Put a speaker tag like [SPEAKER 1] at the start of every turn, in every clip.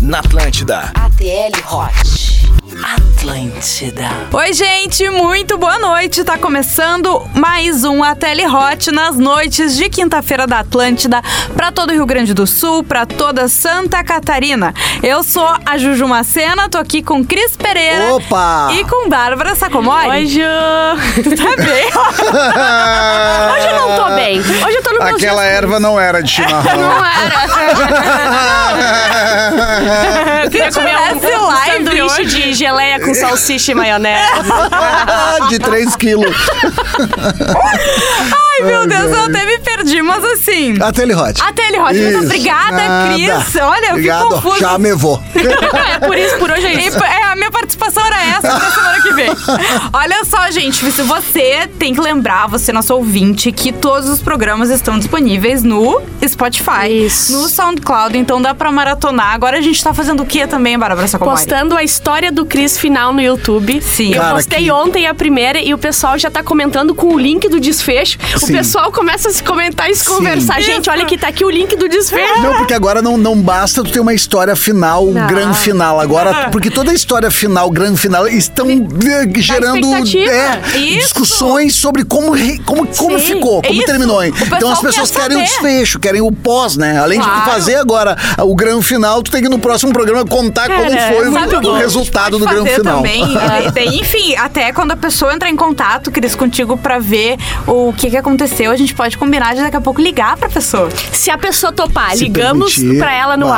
[SPEAKER 1] na Atlântida.
[SPEAKER 2] ATL Hot.
[SPEAKER 3] Atlântida.
[SPEAKER 4] Oi, gente, muito boa noite. Tá começando mais um Ateli Hot nas noites de quinta-feira da Atlântida para todo o Rio Grande do Sul, para toda Santa Catarina. Eu sou a Juju Macena, tô aqui com Cris Pereira
[SPEAKER 5] Opa!
[SPEAKER 4] e com Bárbara Sacomori.
[SPEAKER 3] Oi, Ju.
[SPEAKER 4] Tu tá bem?
[SPEAKER 3] Hoje eu não tô bem. Hoje eu tô no meu
[SPEAKER 5] Aquela erva não era de chimarrão.
[SPEAKER 3] Não era. Eu queria comer um,
[SPEAKER 4] Parece
[SPEAKER 3] um
[SPEAKER 4] live
[SPEAKER 3] sanduíche
[SPEAKER 4] hoje.
[SPEAKER 3] de geleia com salsicha e maionese.
[SPEAKER 5] de 3 quilos.
[SPEAKER 4] Ai, meu Deus, eu até me perdi, mas assim.
[SPEAKER 5] A Telehot.
[SPEAKER 4] Ateli Hot, muito
[SPEAKER 5] Isso,
[SPEAKER 4] obrigada,
[SPEAKER 5] nada.
[SPEAKER 4] Cris. Olha, eu fico
[SPEAKER 5] Obrigado.
[SPEAKER 4] confusa.
[SPEAKER 5] Já me vou.
[SPEAKER 3] É por isso, por hoje é
[SPEAKER 4] E,
[SPEAKER 3] isso.
[SPEAKER 4] p- é, a minha participação era essa pra semana que vem. Olha só, gente, se você tem que lembrar, você, nosso ouvinte, que todos os programas estão disponíveis no Spotify,
[SPEAKER 3] Isso.
[SPEAKER 4] no SoundCloud, então dá pra maratonar. Agora a gente tá fazendo o que também, Bárbara Sacomori?
[SPEAKER 3] Postando a história do Cris final no YouTube.
[SPEAKER 4] Sim.
[SPEAKER 3] Eu
[SPEAKER 5] Cara,
[SPEAKER 3] postei
[SPEAKER 5] que-
[SPEAKER 3] ontem a primeira e o pessoal já tá comentando com o link do desfecho. O
[SPEAKER 5] Sim.
[SPEAKER 3] pessoal começa a se comentar e se
[SPEAKER 5] Sim.
[SPEAKER 3] conversar. Gente, olha que tá aqui o link do desfecho.
[SPEAKER 5] Não, porque agora não, não basta tu ter uma história final,
[SPEAKER 3] Não.
[SPEAKER 5] grande final. Agora, porque toda história final, grande final, estão eh, gerando
[SPEAKER 3] expectativa.
[SPEAKER 5] é,
[SPEAKER 4] Isso.
[SPEAKER 5] discussões sobre como, re- como, como
[SPEAKER 3] Sim,
[SPEAKER 5] ficou, como
[SPEAKER 4] isso.
[SPEAKER 5] terminou. hein?
[SPEAKER 4] O pessoal
[SPEAKER 5] Então as pessoas
[SPEAKER 4] quer
[SPEAKER 5] querem o
[SPEAKER 4] saber.
[SPEAKER 5] desfecho, querem o pós, né? Além de
[SPEAKER 4] Claro.
[SPEAKER 5] tu fazer agora o grande final, tu tem que no próximo programa contar
[SPEAKER 3] Cara,
[SPEAKER 5] como foi
[SPEAKER 4] Sabe
[SPEAKER 5] o,
[SPEAKER 4] que
[SPEAKER 5] o
[SPEAKER 4] a gente
[SPEAKER 5] resultado
[SPEAKER 4] pode
[SPEAKER 5] do grande
[SPEAKER 4] fazer
[SPEAKER 5] final.
[SPEAKER 4] Também,
[SPEAKER 3] É.
[SPEAKER 4] E tem- enfim, até quando a pessoa entrar em contato, Cris, contigo pra ver o que, que aconteceu, a gente pode combinar de daqui a pouco ligar pra pessoa.
[SPEAKER 3] Se a pessoa topar,
[SPEAKER 5] Se
[SPEAKER 3] ligamos
[SPEAKER 5] permitir.
[SPEAKER 3] pra ela no
[SPEAKER 5] Ah.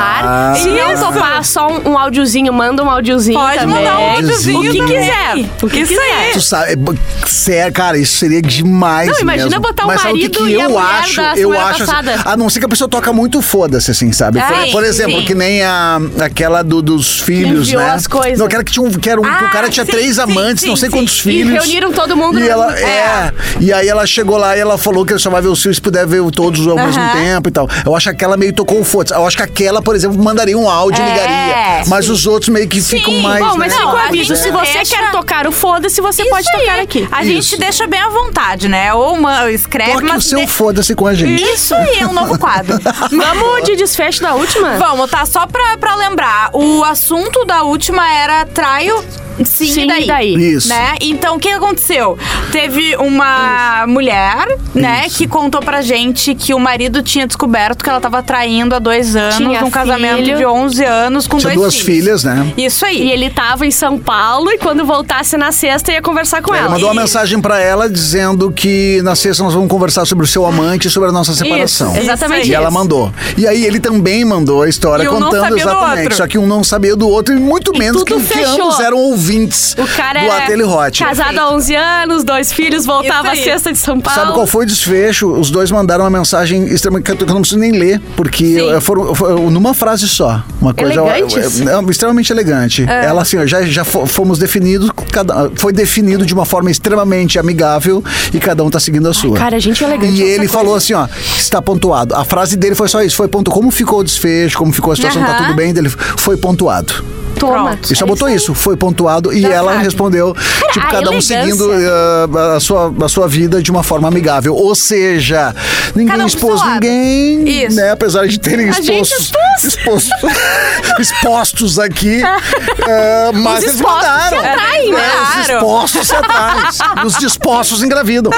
[SPEAKER 3] ar. Se não
[SPEAKER 4] Isso.
[SPEAKER 3] topar, só um, um áudiozinho, manda um áudiozinho
[SPEAKER 4] Pode
[SPEAKER 3] também.
[SPEAKER 4] mandar um áudiozinho
[SPEAKER 3] O que
[SPEAKER 4] também.
[SPEAKER 3] quiser. O que
[SPEAKER 4] Isso
[SPEAKER 3] quiser.
[SPEAKER 4] aí.
[SPEAKER 5] Tu sabe, é, b- sério, cara, isso seria demais.
[SPEAKER 3] Não, imagina
[SPEAKER 5] mesmo.
[SPEAKER 3] botar o
[SPEAKER 5] Mas sabe
[SPEAKER 3] marido
[SPEAKER 5] que
[SPEAKER 3] e a
[SPEAKER 5] eu
[SPEAKER 3] mulher
[SPEAKER 5] acho,
[SPEAKER 3] da
[SPEAKER 5] eu
[SPEAKER 3] semana
[SPEAKER 5] acho, assim,
[SPEAKER 3] passada?
[SPEAKER 5] A não ser que a pessoa toca muito foda-se, assim, sabe?
[SPEAKER 4] Ah,
[SPEAKER 5] Por-
[SPEAKER 4] sim,
[SPEAKER 5] Por exemplo,
[SPEAKER 4] sim.
[SPEAKER 5] que nem a, aquela do- dos filhos,
[SPEAKER 3] enviou
[SPEAKER 5] né?
[SPEAKER 3] as coisas.
[SPEAKER 5] Não, aquela que tinha um. Que era um que o
[SPEAKER 4] Ah,
[SPEAKER 5] cara tinha
[SPEAKER 4] sim,
[SPEAKER 5] três
[SPEAKER 4] sim,
[SPEAKER 5] amantes, não
[SPEAKER 4] sim,
[SPEAKER 5] sei
[SPEAKER 4] sim.
[SPEAKER 5] quantos
[SPEAKER 4] E
[SPEAKER 5] filhos.
[SPEAKER 3] reuniram todo mundo
[SPEAKER 5] E
[SPEAKER 3] no-
[SPEAKER 5] ela, é. E aí ela chegou lá e ela falou que só vai ver os filhos se puder ver todos ao mesmo
[SPEAKER 4] Aham.
[SPEAKER 5] tempo e tal. Eu acho que aquela meio tocou o foda Eu acho que aquela, por exemplo, mandaria um áudio,
[SPEAKER 4] É,
[SPEAKER 5] ligaria. Mas os outros meio que ficam mais.
[SPEAKER 3] Bom, mas
[SPEAKER 5] né?
[SPEAKER 3] fica
[SPEAKER 4] Não,
[SPEAKER 3] o
[SPEAKER 4] a
[SPEAKER 3] aviso.
[SPEAKER 4] gente
[SPEAKER 3] Se você
[SPEAKER 4] deixa-
[SPEAKER 3] quer tocar o foda-se, você
[SPEAKER 4] Isso
[SPEAKER 3] pode tocar
[SPEAKER 4] aí.
[SPEAKER 3] aqui.
[SPEAKER 4] A
[SPEAKER 5] Isso.
[SPEAKER 4] gente deixa bem à vontade, né? Ou uma, escreve,
[SPEAKER 5] Toque o
[SPEAKER 4] mas.
[SPEAKER 5] seu
[SPEAKER 4] de-
[SPEAKER 5] foda-se com a gente.
[SPEAKER 4] Isso aí, é um novo quadro.
[SPEAKER 3] Vamos de desfecho da última?
[SPEAKER 4] Vamos, tá? Só pra, pra lembrar, o assunto da última era traio. Sim,
[SPEAKER 3] Sim,
[SPEAKER 4] e daí.
[SPEAKER 3] e daí?
[SPEAKER 5] Isso.
[SPEAKER 4] Né? Então, o que aconteceu? Teve uma mulher, né, que contou pra gente que o marido tinha descoberto que ela tava traindo há dois anos,
[SPEAKER 3] Tinha
[SPEAKER 4] num casamento
[SPEAKER 3] filho.
[SPEAKER 4] de 11 anos com
[SPEAKER 5] Tinha
[SPEAKER 4] dois
[SPEAKER 5] duas
[SPEAKER 4] filhos.
[SPEAKER 5] filhas, né?
[SPEAKER 4] Isso aí.
[SPEAKER 3] E ele tava em São Paulo e quando voltasse na sexta ia conversar com
[SPEAKER 5] Ele
[SPEAKER 3] ela.
[SPEAKER 5] mandou uma mensagem pra ela dizendo que na sexta nós vamos conversar sobre o seu amante e sobre a nossa separação.
[SPEAKER 3] exatamente
[SPEAKER 5] E ela
[SPEAKER 3] isso.
[SPEAKER 5] mandou. E aí ele também mandou a história
[SPEAKER 4] E um não
[SPEAKER 5] contando
[SPEAKER 4] sabia do
[SPEAKER 5] exatamente.
[SPEAKER 4] outro.
[SPEAKER 5] Só que um não sabia do outro e muito menos que, um
[SPEAKER 3] tudo
[SPEAKER 5] que
[SPEAKER 3] fechou.
[SPEAKER 5] ambos eram ouvintes
[SPEAKER 3] O cara
[SPEAKER 5] do
[SPEAKER 3] é
[SPEAKER 5] Ateli Hot.
[SPEAKER 3] casado há 11 anos, dois filhos, voltava à
[SPEAKER 4] Isso aí.
[SPEAKER 3] sexta de São Paulo.
[SPEAKER 5] Sabe qual foi o desfecho? Os dois mandaram uma mensagem extremamente que eu não preciso nem ler, porque eh, foram, foram numa frase só. Uma coisa
[SPEAKER 3] Elegantes? Ah.
[SPEAKER 5] eh, eh, extremamente elegante. Ela assim, ó, já, já fo- fomos definidos, cada, foi definido de uma forma extremamente amigável e cada um tá seguindo a sua.
[SPEAKER 3] cara, a gente é elegante,
[SPEAKER 5] E
[SPEAKER 3] essa
[SPEAKER 5] ele
[SPEAKER 3] coisa.
[SPEAKER 5] falou assim, ó, está pontuado. A frase dele foi só isso, foi ponto. Como ficou o desfecho, como ficou a situação, tá
[SPEAKER 4] Aham.
[SPEAKER 5] tudo bem? Dele foi pontuado.
[SPEAKER 3] Toma.
[SPEAKER 4] Pronto.
[SPEAKER 5] E só botou isso, foi pontuado e ela
[SPEAKER 4] sabe.
[SPEAKER 5] respondeu, tipo,
[SPEAKER 3] a
[SPEAKER 5] cada um
[SPEAKER 3] elegância.
[SPEAKER 5] seguindo eh, a, sua, a sua vida de uma forma amigável. Ou seja, ninguém
[SPEAKER 4] Cada um pro
[SPEAKER 5] expôs
[SPEAKER 4] seu lado.
[SPEAKER 5] ninguém,
[SPEAKER 4] Isso.
[SPEAKER 5] né? Apesar de terem
[SPEAKER 3] gente
[SPEAKER 5] expostos, expostos, expostos aqui, eh, mas eles
[SPEAKER 3] expostos
[SPEAKER 5] mandaram.
[SPEAKER 3] se atraem,
[SPEAKER 5] né?
[SPEAKER 3] né?
[SPEAKER 5] Os
[SPEAKER 4] Claro.
[SPEAKER 5] expostos se atraem, os dispostos engravidam.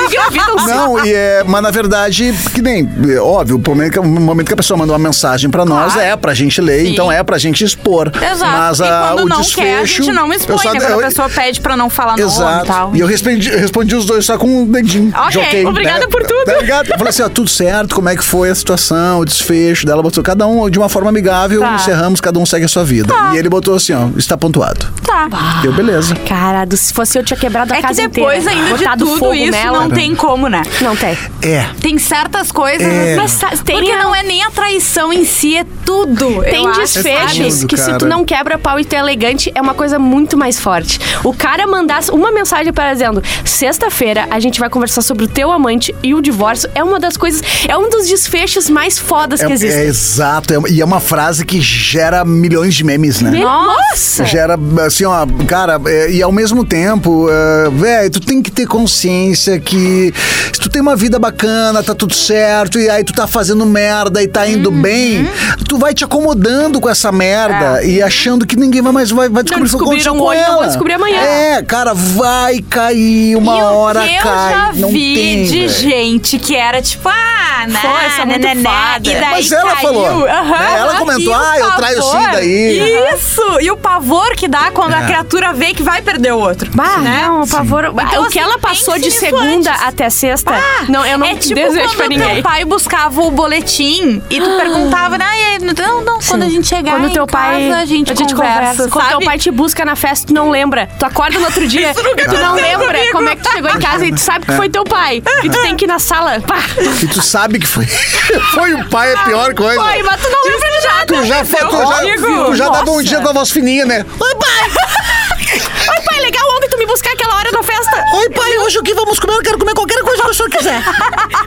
[SPEAKER 5] Não, e é, mas na verdade, que nem, é, óbvio, o momento que, o momento que a pessoa manda uma mensagem pra nós
[SPEAKER 4] Claro.
[SPEAKER 5] é pra gente ler,
[SPEAKER 4] Sim.
[SPEAKER 5] então é pra gente expor.
[SPEAKER 4] Exato.
[SPEAKER 5] Mas
[SPEAKER 4] e
[SPEAKER 5] ah,
[SPEAKER 4] quando
[SPEAKER 5] o
[SPEAKER 4] não
[SPEAKER 5] desfecho.
[SPEAKER 4] quer, a gente não
[SPEAKER 5] eu
[SPEAKER 4] expõe,
[SPEAKER 5] só-
[SPEAKER 4] né? Quando
[SPEAKER 5] eu-
[SPEAKER 4] a pessoa pede pra não falar nome
[SPEAKER 5] Exato.
[SPEAKER 4] e tal.
[SPEAKER 5] E eu respondi, eu respondi os dois só com um dedinho.
[SPEAKER 4] Ok,
[SPEAKER 5] Joguei,
[SPEAKER 3] obrigada
[SPEAKER 5] né?
[SPEAKER 3] por tudo.
[SPEAKER 5] Tá ligado? Eu falei assim, ó, tudo certo, como é que foi a situação, o desfecho dela. Botou cada um de uma forma amigável,
[SPEAKER 4] Tá.
[SPEAKER 5] encerramos, cada um segue a sua vida. E ele botou assim, ó, está pontuado.
[SPEAKER 4] Tá.
[SPEAKER 5] Deu beleza.
[SPEAKER 3] Cara, do- se fosse eu tinha quebrado a
[SPEAKER 4] É que
[SPEAKER 3] casa
[SPEAKER 4] depois
[SPEAKER 3] inteira.
[SPEAKER 4] ainda de
[SPEAKER 3] Botado fogo
[SPEAKER 4] tudo isso
[SPEAKER 3] nela.
[SPEAKER 4] não tem como, né?
[SPEAKER 3] Não tem.
[SPEAKER 5] É.
[SPEAKER 4] Tem certas coisas,
[SPEAKER 5] É.
[SPEAKER 4] mas sa- tem porque
[SPEAKER 3] a-
[SPEAKER 4] não é nem a traição em si, é tudo.
[SPEAKER 3] Tem
[SPEAKER 4] eu acho,
[SPEAKER 5] É
[SPEAKER 3] desfechos
[SPEAKER 5] tudo,
[SPEAKER 3] que se
[SPEAKER 5] cara.
[SPEAKER 3] tu não quebra pau e tu é elegante, é uma coisa muito mais forte. O cara mandar uma mensagem para ela dizendo: sexta-feira a gente vai conversar sobre o teu amante e o divórcio é uma das coisas, é um dos desfechos mais fodas
[SPEAKER 5] É,
[SPEAKER 3] que
[SPEAKER 5] é
[SPEAKER 3] existem.
[SPEAKER 5] exato, é- e é uma frase que gera milhões de memes, né?
[SPEAKER 3] Nossa!
[SPEAKER 5] Gera, assim, ó, cara, é, e ao mesmo tempo, é, velho, tu tem que ter consciência que se tu tem uma vida bacana, tá tudo certo, e aí tu tá fazendo merda e tá indo
[SPEAKER 3] Uhum.
[SPEAKER 5] bem, tu vai te acomodando com essa merda e achando que ninguém vai mais vai, vai descobrir o que aconteceu
[SPEAKER 3] É. descobriram
[SPEAKER 5] com
[SPEAKER 3] hoje, não
[SPEAKER 5] ela.
[SPEAKER 3] vão descobrir amanhã.
[SPEAKER 5] É, cara, vai cair, uma
[SPEAKER 4] E o
[SPEAKER 5] hora cai.
[SPEAKER 4] que Eu já
[SPEAKER 5] não
[SPEAKER 4] vi
[SPEAKER 5] tem,
[SPEAKER 4] de
[SPEAKER 5] velho.
[SPEAKER 4] gente que era tipo, ah, né?
[SPEAKER 3] Pô, essa é muito fada.
[SPEAKER 4] E daí
[SPEAKER 5] Mas ela
[SPEAKER 4] caiu.
[SPEAKER 5] falou.
[SPEAKER 4] Aham.
[SPEAKER 5] Ela comentou,
[SPEAKER 4] E o
[SPEAKER 5] ah, eu traio
[SPEAKER 4] pavor.
[SPEAKER 5] sim daí.
[SPEAKER 4] Isso! E o pavor que dá quando a
[SPEAKER 5] É.
[SPEAKER 4] criatura vê que vai perder o outro.
[SPEAKER 3] Bah,
[SPEAKER 4] né?
[SPEAKER 3] não, pavor.
[SPEAKER 4] Então,
[SPEAKER 3] o
[SPEAKER 4] assim,
[SPEAKER 3] que ela passou
[SPEAKER 4] pense
[SPEAKER 3] de
[SPEAKER 4] nisso
[SPEAKER 3] segunda
[SPEAKER 4] antes.
[SPEAKER 3] até sexta,
[SPEAKER 4] Ah,
[SPEAKER 3] não, eu não
[SPEAKER 4] é tipo
[SPEAKER 3] desejo
[SPEAKER 4] quando
[SPEAKER 3] pra ninguém.
[SPEAKER 4] teu pai buscava o boletim e tu perguntava, ah, e aí, não, não, quando a gente chegar
[SPEAKER 3] Quando
[SPEAKER 4] em
[SPEAKER 3] teu pai,
[SPEAKER 4] casa, a gente, conversa,
[SPEAKER 3] Quando
[SPEAKER 4] sabe?
[SPEAKER 3] teu pai te busca na festa, tu não lembra. Tu acorda no outro dia, tu não
[SPEAKER 4] aconteceu
[SPEAKER 3] lembra
[SPEAKER 4] comigo.
[SPEAKER 3] como é que tu chegou em casa e tu sabe
[SPEAKER 5] É.
[SPEAKER 3] que foi teu pai. E tu tem que ir na sala. Pá,
[SPEAKER 5] E tu sabe que foi. foi o pai, a pior coisa.
[SPEAKER 3] foi, mas tu não lembra de nada.
[SPEAKER 5] Tu já, fa- tu já,
[SPEAKER 3] comigo.
[SPEAKER 5] tu já dá bom
[SPEAKER 3] Nossa.
[SPEAKER 5] dia com a voz fininha, né? Oi, pai!
[SPEAKER 3] Ai, pai, legal ontem tu me buscar aquela hora da festa.
[SPEAKER 5] Oi, pai, hoje o que vamos comer? Eu quero comer qualquer coisa que o senhor quiser.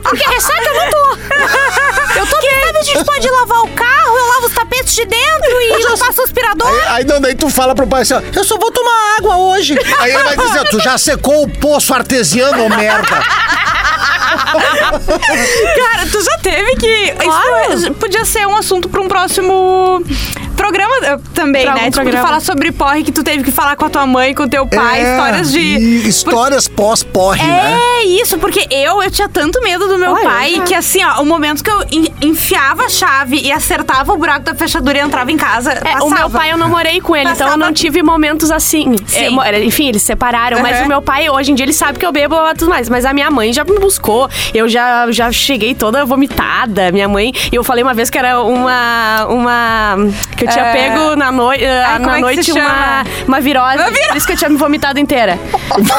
[SPEAKER 3] Porque ressaca eu não tô.
[SPEAKER 4] Eu tô pensando, a gente pode lavar o carro, eu lavo os tapetes de dentro e passo o aspirador.
[SPEAKER 5] Aí, aí, não, daí tu fala pro pai assim, ó, eu só vou tomar água hoje. Aí ele vai dizer, ó, tu já secou o poço artesiano, ô merda.
[SPEAKER 4] Cara, tu já teve que.
[SPEAKER 3] Claro.
[SPEAKER 4] Isso podia ser um assunto pra um próximo programa eh, também,
[SPEAKER 3] Pra
[SPEAKER 4] né?
[SPEAKER 3] algum
[SPEAKER 4] Tipo, tu
[SPEAKER 3] programa.
[SPEAKER 4] falar sobre porre que tu teve que falar com a tua mãe, com o teu pai,
[SPEAKER 5] É,
[SPEAKER 4] histórias de.
[SPEAKER 5] e histórias pós-porre, né? é.
[SPEAKER 4] É isso, porque eu, eu tinha tanto medo do meu
[SPEAKER 3] Olha,
[SPEAKER 4] pai
[SPEAKER 3] tá.
[SPEAKER 4] que assim, ó, o momento que eu en- enfiava a chave e acertava o buraco da fechadura e entrava em casa,
[SPEAKER 3] É, o meu pai eu não morei com ele, então eu
[SPEAKER 4] Passava.
[SPEAKER 3] não tive momentos assim.
[SPEAKER 4] Sim.
[SPEAKER 3] É, mo- Enfim, eles se separaram, mas
[SPEAKER 4] Uhum.
[SPEAKER 3] o meu pai, hoje em dia, ele sabe que eu bebo e tudo mais. Mas a minha mãe já me buscou. Eu já, já cheguei toda vomitada. Minha mãe. E eu falei uma vez que era uma. uma que eu tinha
[SPEAKER 4] É.
[SPEAKER 3] pego na, noi, eh,
[SPEAKER 4] Ai, como
[SPEAKER 3] na
[SPEAKER 4] é que
[SPEAKER 3] noite
[SPEAKER 4] se chama?
[SPEAKER 3] uma, uma virose.
[SPEAKER 4] Uma virose.
[SPEAKER 3] Por isso que eu tinha me vomitado inteira.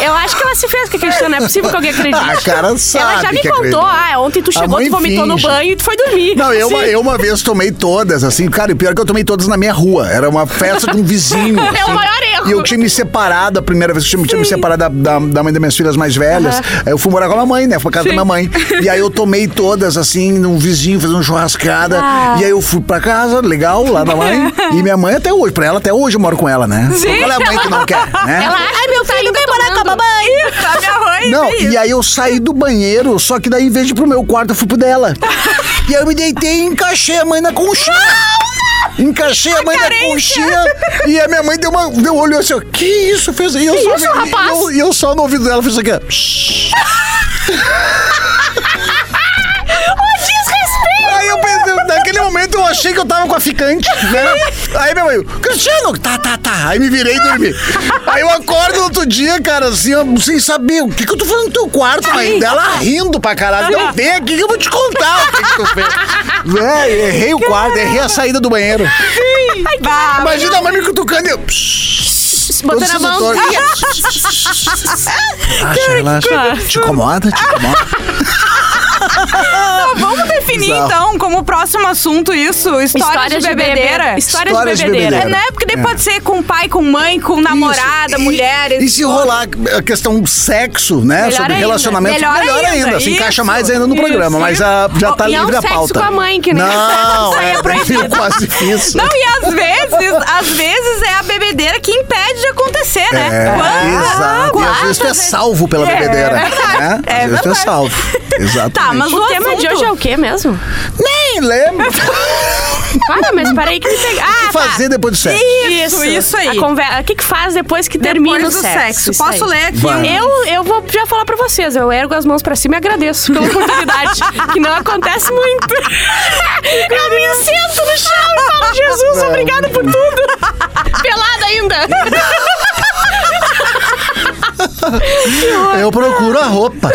[SPEAKER 3] eu acho que ela se fez com a Cristina, não é possível que alguém acredite.
[SPEAKER 5] Ah, cara,
[SPEAKER 3] ela já
[SPEAKER 5] sabe
[SPEAKER 3] me
[SPEAKER 5] que
[SPEAKER 3] contou,
[SPEAKER 5] acredita.
[SPEAKER 3] ah, ontem tu
[SPEAKER 5] A
[SPEAKER 3] chegou,
[SPEAKER 5] mãe
[SPEAKER 3] tu vomitou no
[SPEAKER 5] finge.
[SPEAKER 3] banho e tu foi dormir.
[SPEAKER 5] Não, eu,
[SPEAKER 3] Assim.
[SPEAKER 5] eu uma vez tomei todas, assim, cara, e pior que eu tomei todas na minha rua. Era uma festa de um vizinho.
[SPEAKER 3] É o
[SPEAKER 5] assim.
[SPEAKER 3] maior erro.
[SPEAKER 5] E eu tinha me separado a primeira vez que eu tinha, tinha me separado da, da, da mãe das minhas filhas mais velhas. Aí Eu fui morar com a mamãe, né? Fui pra casa da mamãe. E aí eu tomei todas, assim, num vizinho, fazendo uma churrascada. E aí eu fui pra casa, legal, lá da mãe. E minha mãe até hoje, pra ela, até hoje eu moro com ela, né?
[SPEAKER 4] Sim.
[SPEAKER 5] Qual é a mãe que não quer, né?
[SPEAKER 3] Ela acha tá Ai, meu filho, vem morar com a mamãe.
[SPEAKER 4] A minha mãe.
[SPEAKER 5] Não,
[SPEAKER 4] é
[SPEAKER 5] e aí eu saí do banheiro, só que daí, em vez de ir pro meu quarto, eu fui pro dela. e aí eu me deitei e encaixei a mãe na conchinha. Encaixei a mãe na conchinha e a minha mãe deu uma. Deu, olhou assim, ó, que isso fez? E eu só,
[SPEAKER 3] isso, rapaz?
[SPEAKER 5] E eu, e eu só no ouvido dela fiz isso aqui, ó. Aí eu pensei, naquele momento eu achei que eu tava com a ficante, né? Aí minha mãe, Cristiano, tá, tá, tá. Aí me virei e dormi. Aí eu acordo no outro dia, cara, assim, ó, sem saber o que que eu tô fazendo no teu quarto, mãe. Dela rindo pra caralho. Não vem aqui que eu vou te contar o que que tu fez. Véi, errei o quarto, errei a saída do banheiro.
[SPEAKER 4] Ai, bah,
[SPEAKER 5] Imagina a mãe me cutucando e eu... Todo
[SPEAKER 3] Botando a mão.
[SPEAKER 5] sedutor. Relaxa, relaxa. Te incomoda, te incomoda.
[SPEAKER 4] Então, vamos definir
[SPEAKER 5] Bizarro.
[SPEAKER 4] então como próximo assunto isso, história de bebedeira.
[SPEAKER 3] História
[SPEAKER 5] Histórias
[SPEAKER 3] de
[SPEAKER 5] de
[SPEAKER 3] bebedeira.
[SPEAKER 4] É,
[SPEAKER 5] bebedeira.
[SPEAKER 4] né? Porque daí
[SPEAKER 5] É.
[SPEAKER 4] pode ser com pai, com mãe, com namorada,
[SPEAKER 5] Isso. E-
[SPEAKER 4] mulheres.
[SPEAKER 5] E se rolar a questão sexo, né?
[SPEAKER 3] Melhor
[SPEAKER 5] sobre
[SPEAKER 3] ainda.
[SPEAKER 5] relacionamento,
[SPEAKER 4] Melhor
[SPEAKER 5] melhor,
[SPEAKER 4] ainda.
[SPEAKER 5] ainda. Se encaixa
[SPEAKER 4] Isso.
[SPEAKER 5] mais ainda no programa,
[SPEAKER 4] Isso.
[SPEAKER 5] mas ah, já tá
[SPEAKER 3] E é um
[SPEAKER 5] livre a
[SPEAKER 3] sexo
[SPEAKER 5] pauta.
[SPEAKER 3] com a mãe, que nem-
[SPEAKER 5] Não,
[SPEAKER 3] Isso aí é
[SPEAKER 5] é,
[SPEAKER 3] proibido.
[SPEAKER 5] é quase isso.
[SPEAKER 4] Não, e às vezes, às vezes é a bebedeira que impede de acontecer, né?
[SPEAKER 5] É,
[SPEAKER 4] Quantas-
[SPEAKER 5] exato. E às
[SPEAKER 4] quantas
[SPEAKER 5] vezes tu é salvo pela bebedeira. né?
[SPEAKER 4] É
[SPEAKER 5] Às vezes tu é
[SPEAKER 4] verdade.
[SPEAKER 5] salvo. Exatamente.
[SPEAKER 4] Tá, mas
[SPEAKER 3] O tema de
[SPEAKER 4] assunto-
[SPEAKER 3] hoje é o quê mesmo?
[SPEAKER 5] Nem lembro o
[SPEAKER 3] Para, mas peraí que me pega. Ah,
[SPEAKER 5] que fazer depois do sexo.
[SPEAKER 4] Isso, isso aí.
[SPEAKER 3] A conver- O que, que faz depois que termina o
[SPEAKER 4] Depois do sexo.
[SPEAKER 3] sexo? Isso
[SPEAKER 4] Posso
[SPEAKER 3] aí.
[SPEAKER 4] ler aqui
[SPEAKER 5] Vai.
[SPEAKER 4] um-
[SPEAKER 3] Eu, eu vou já falar pra vocês, eu ergo as mãos pra cima e agradeço pela oportunidade, que não acontece muito. Eu me sento no chão e falo, Jesus,
[SPEAKER 5] Não.
[SPEAKER 3] obrigado por tudo. Pelada ainda.
[SPEAKER 5] Eu procuro a roupa.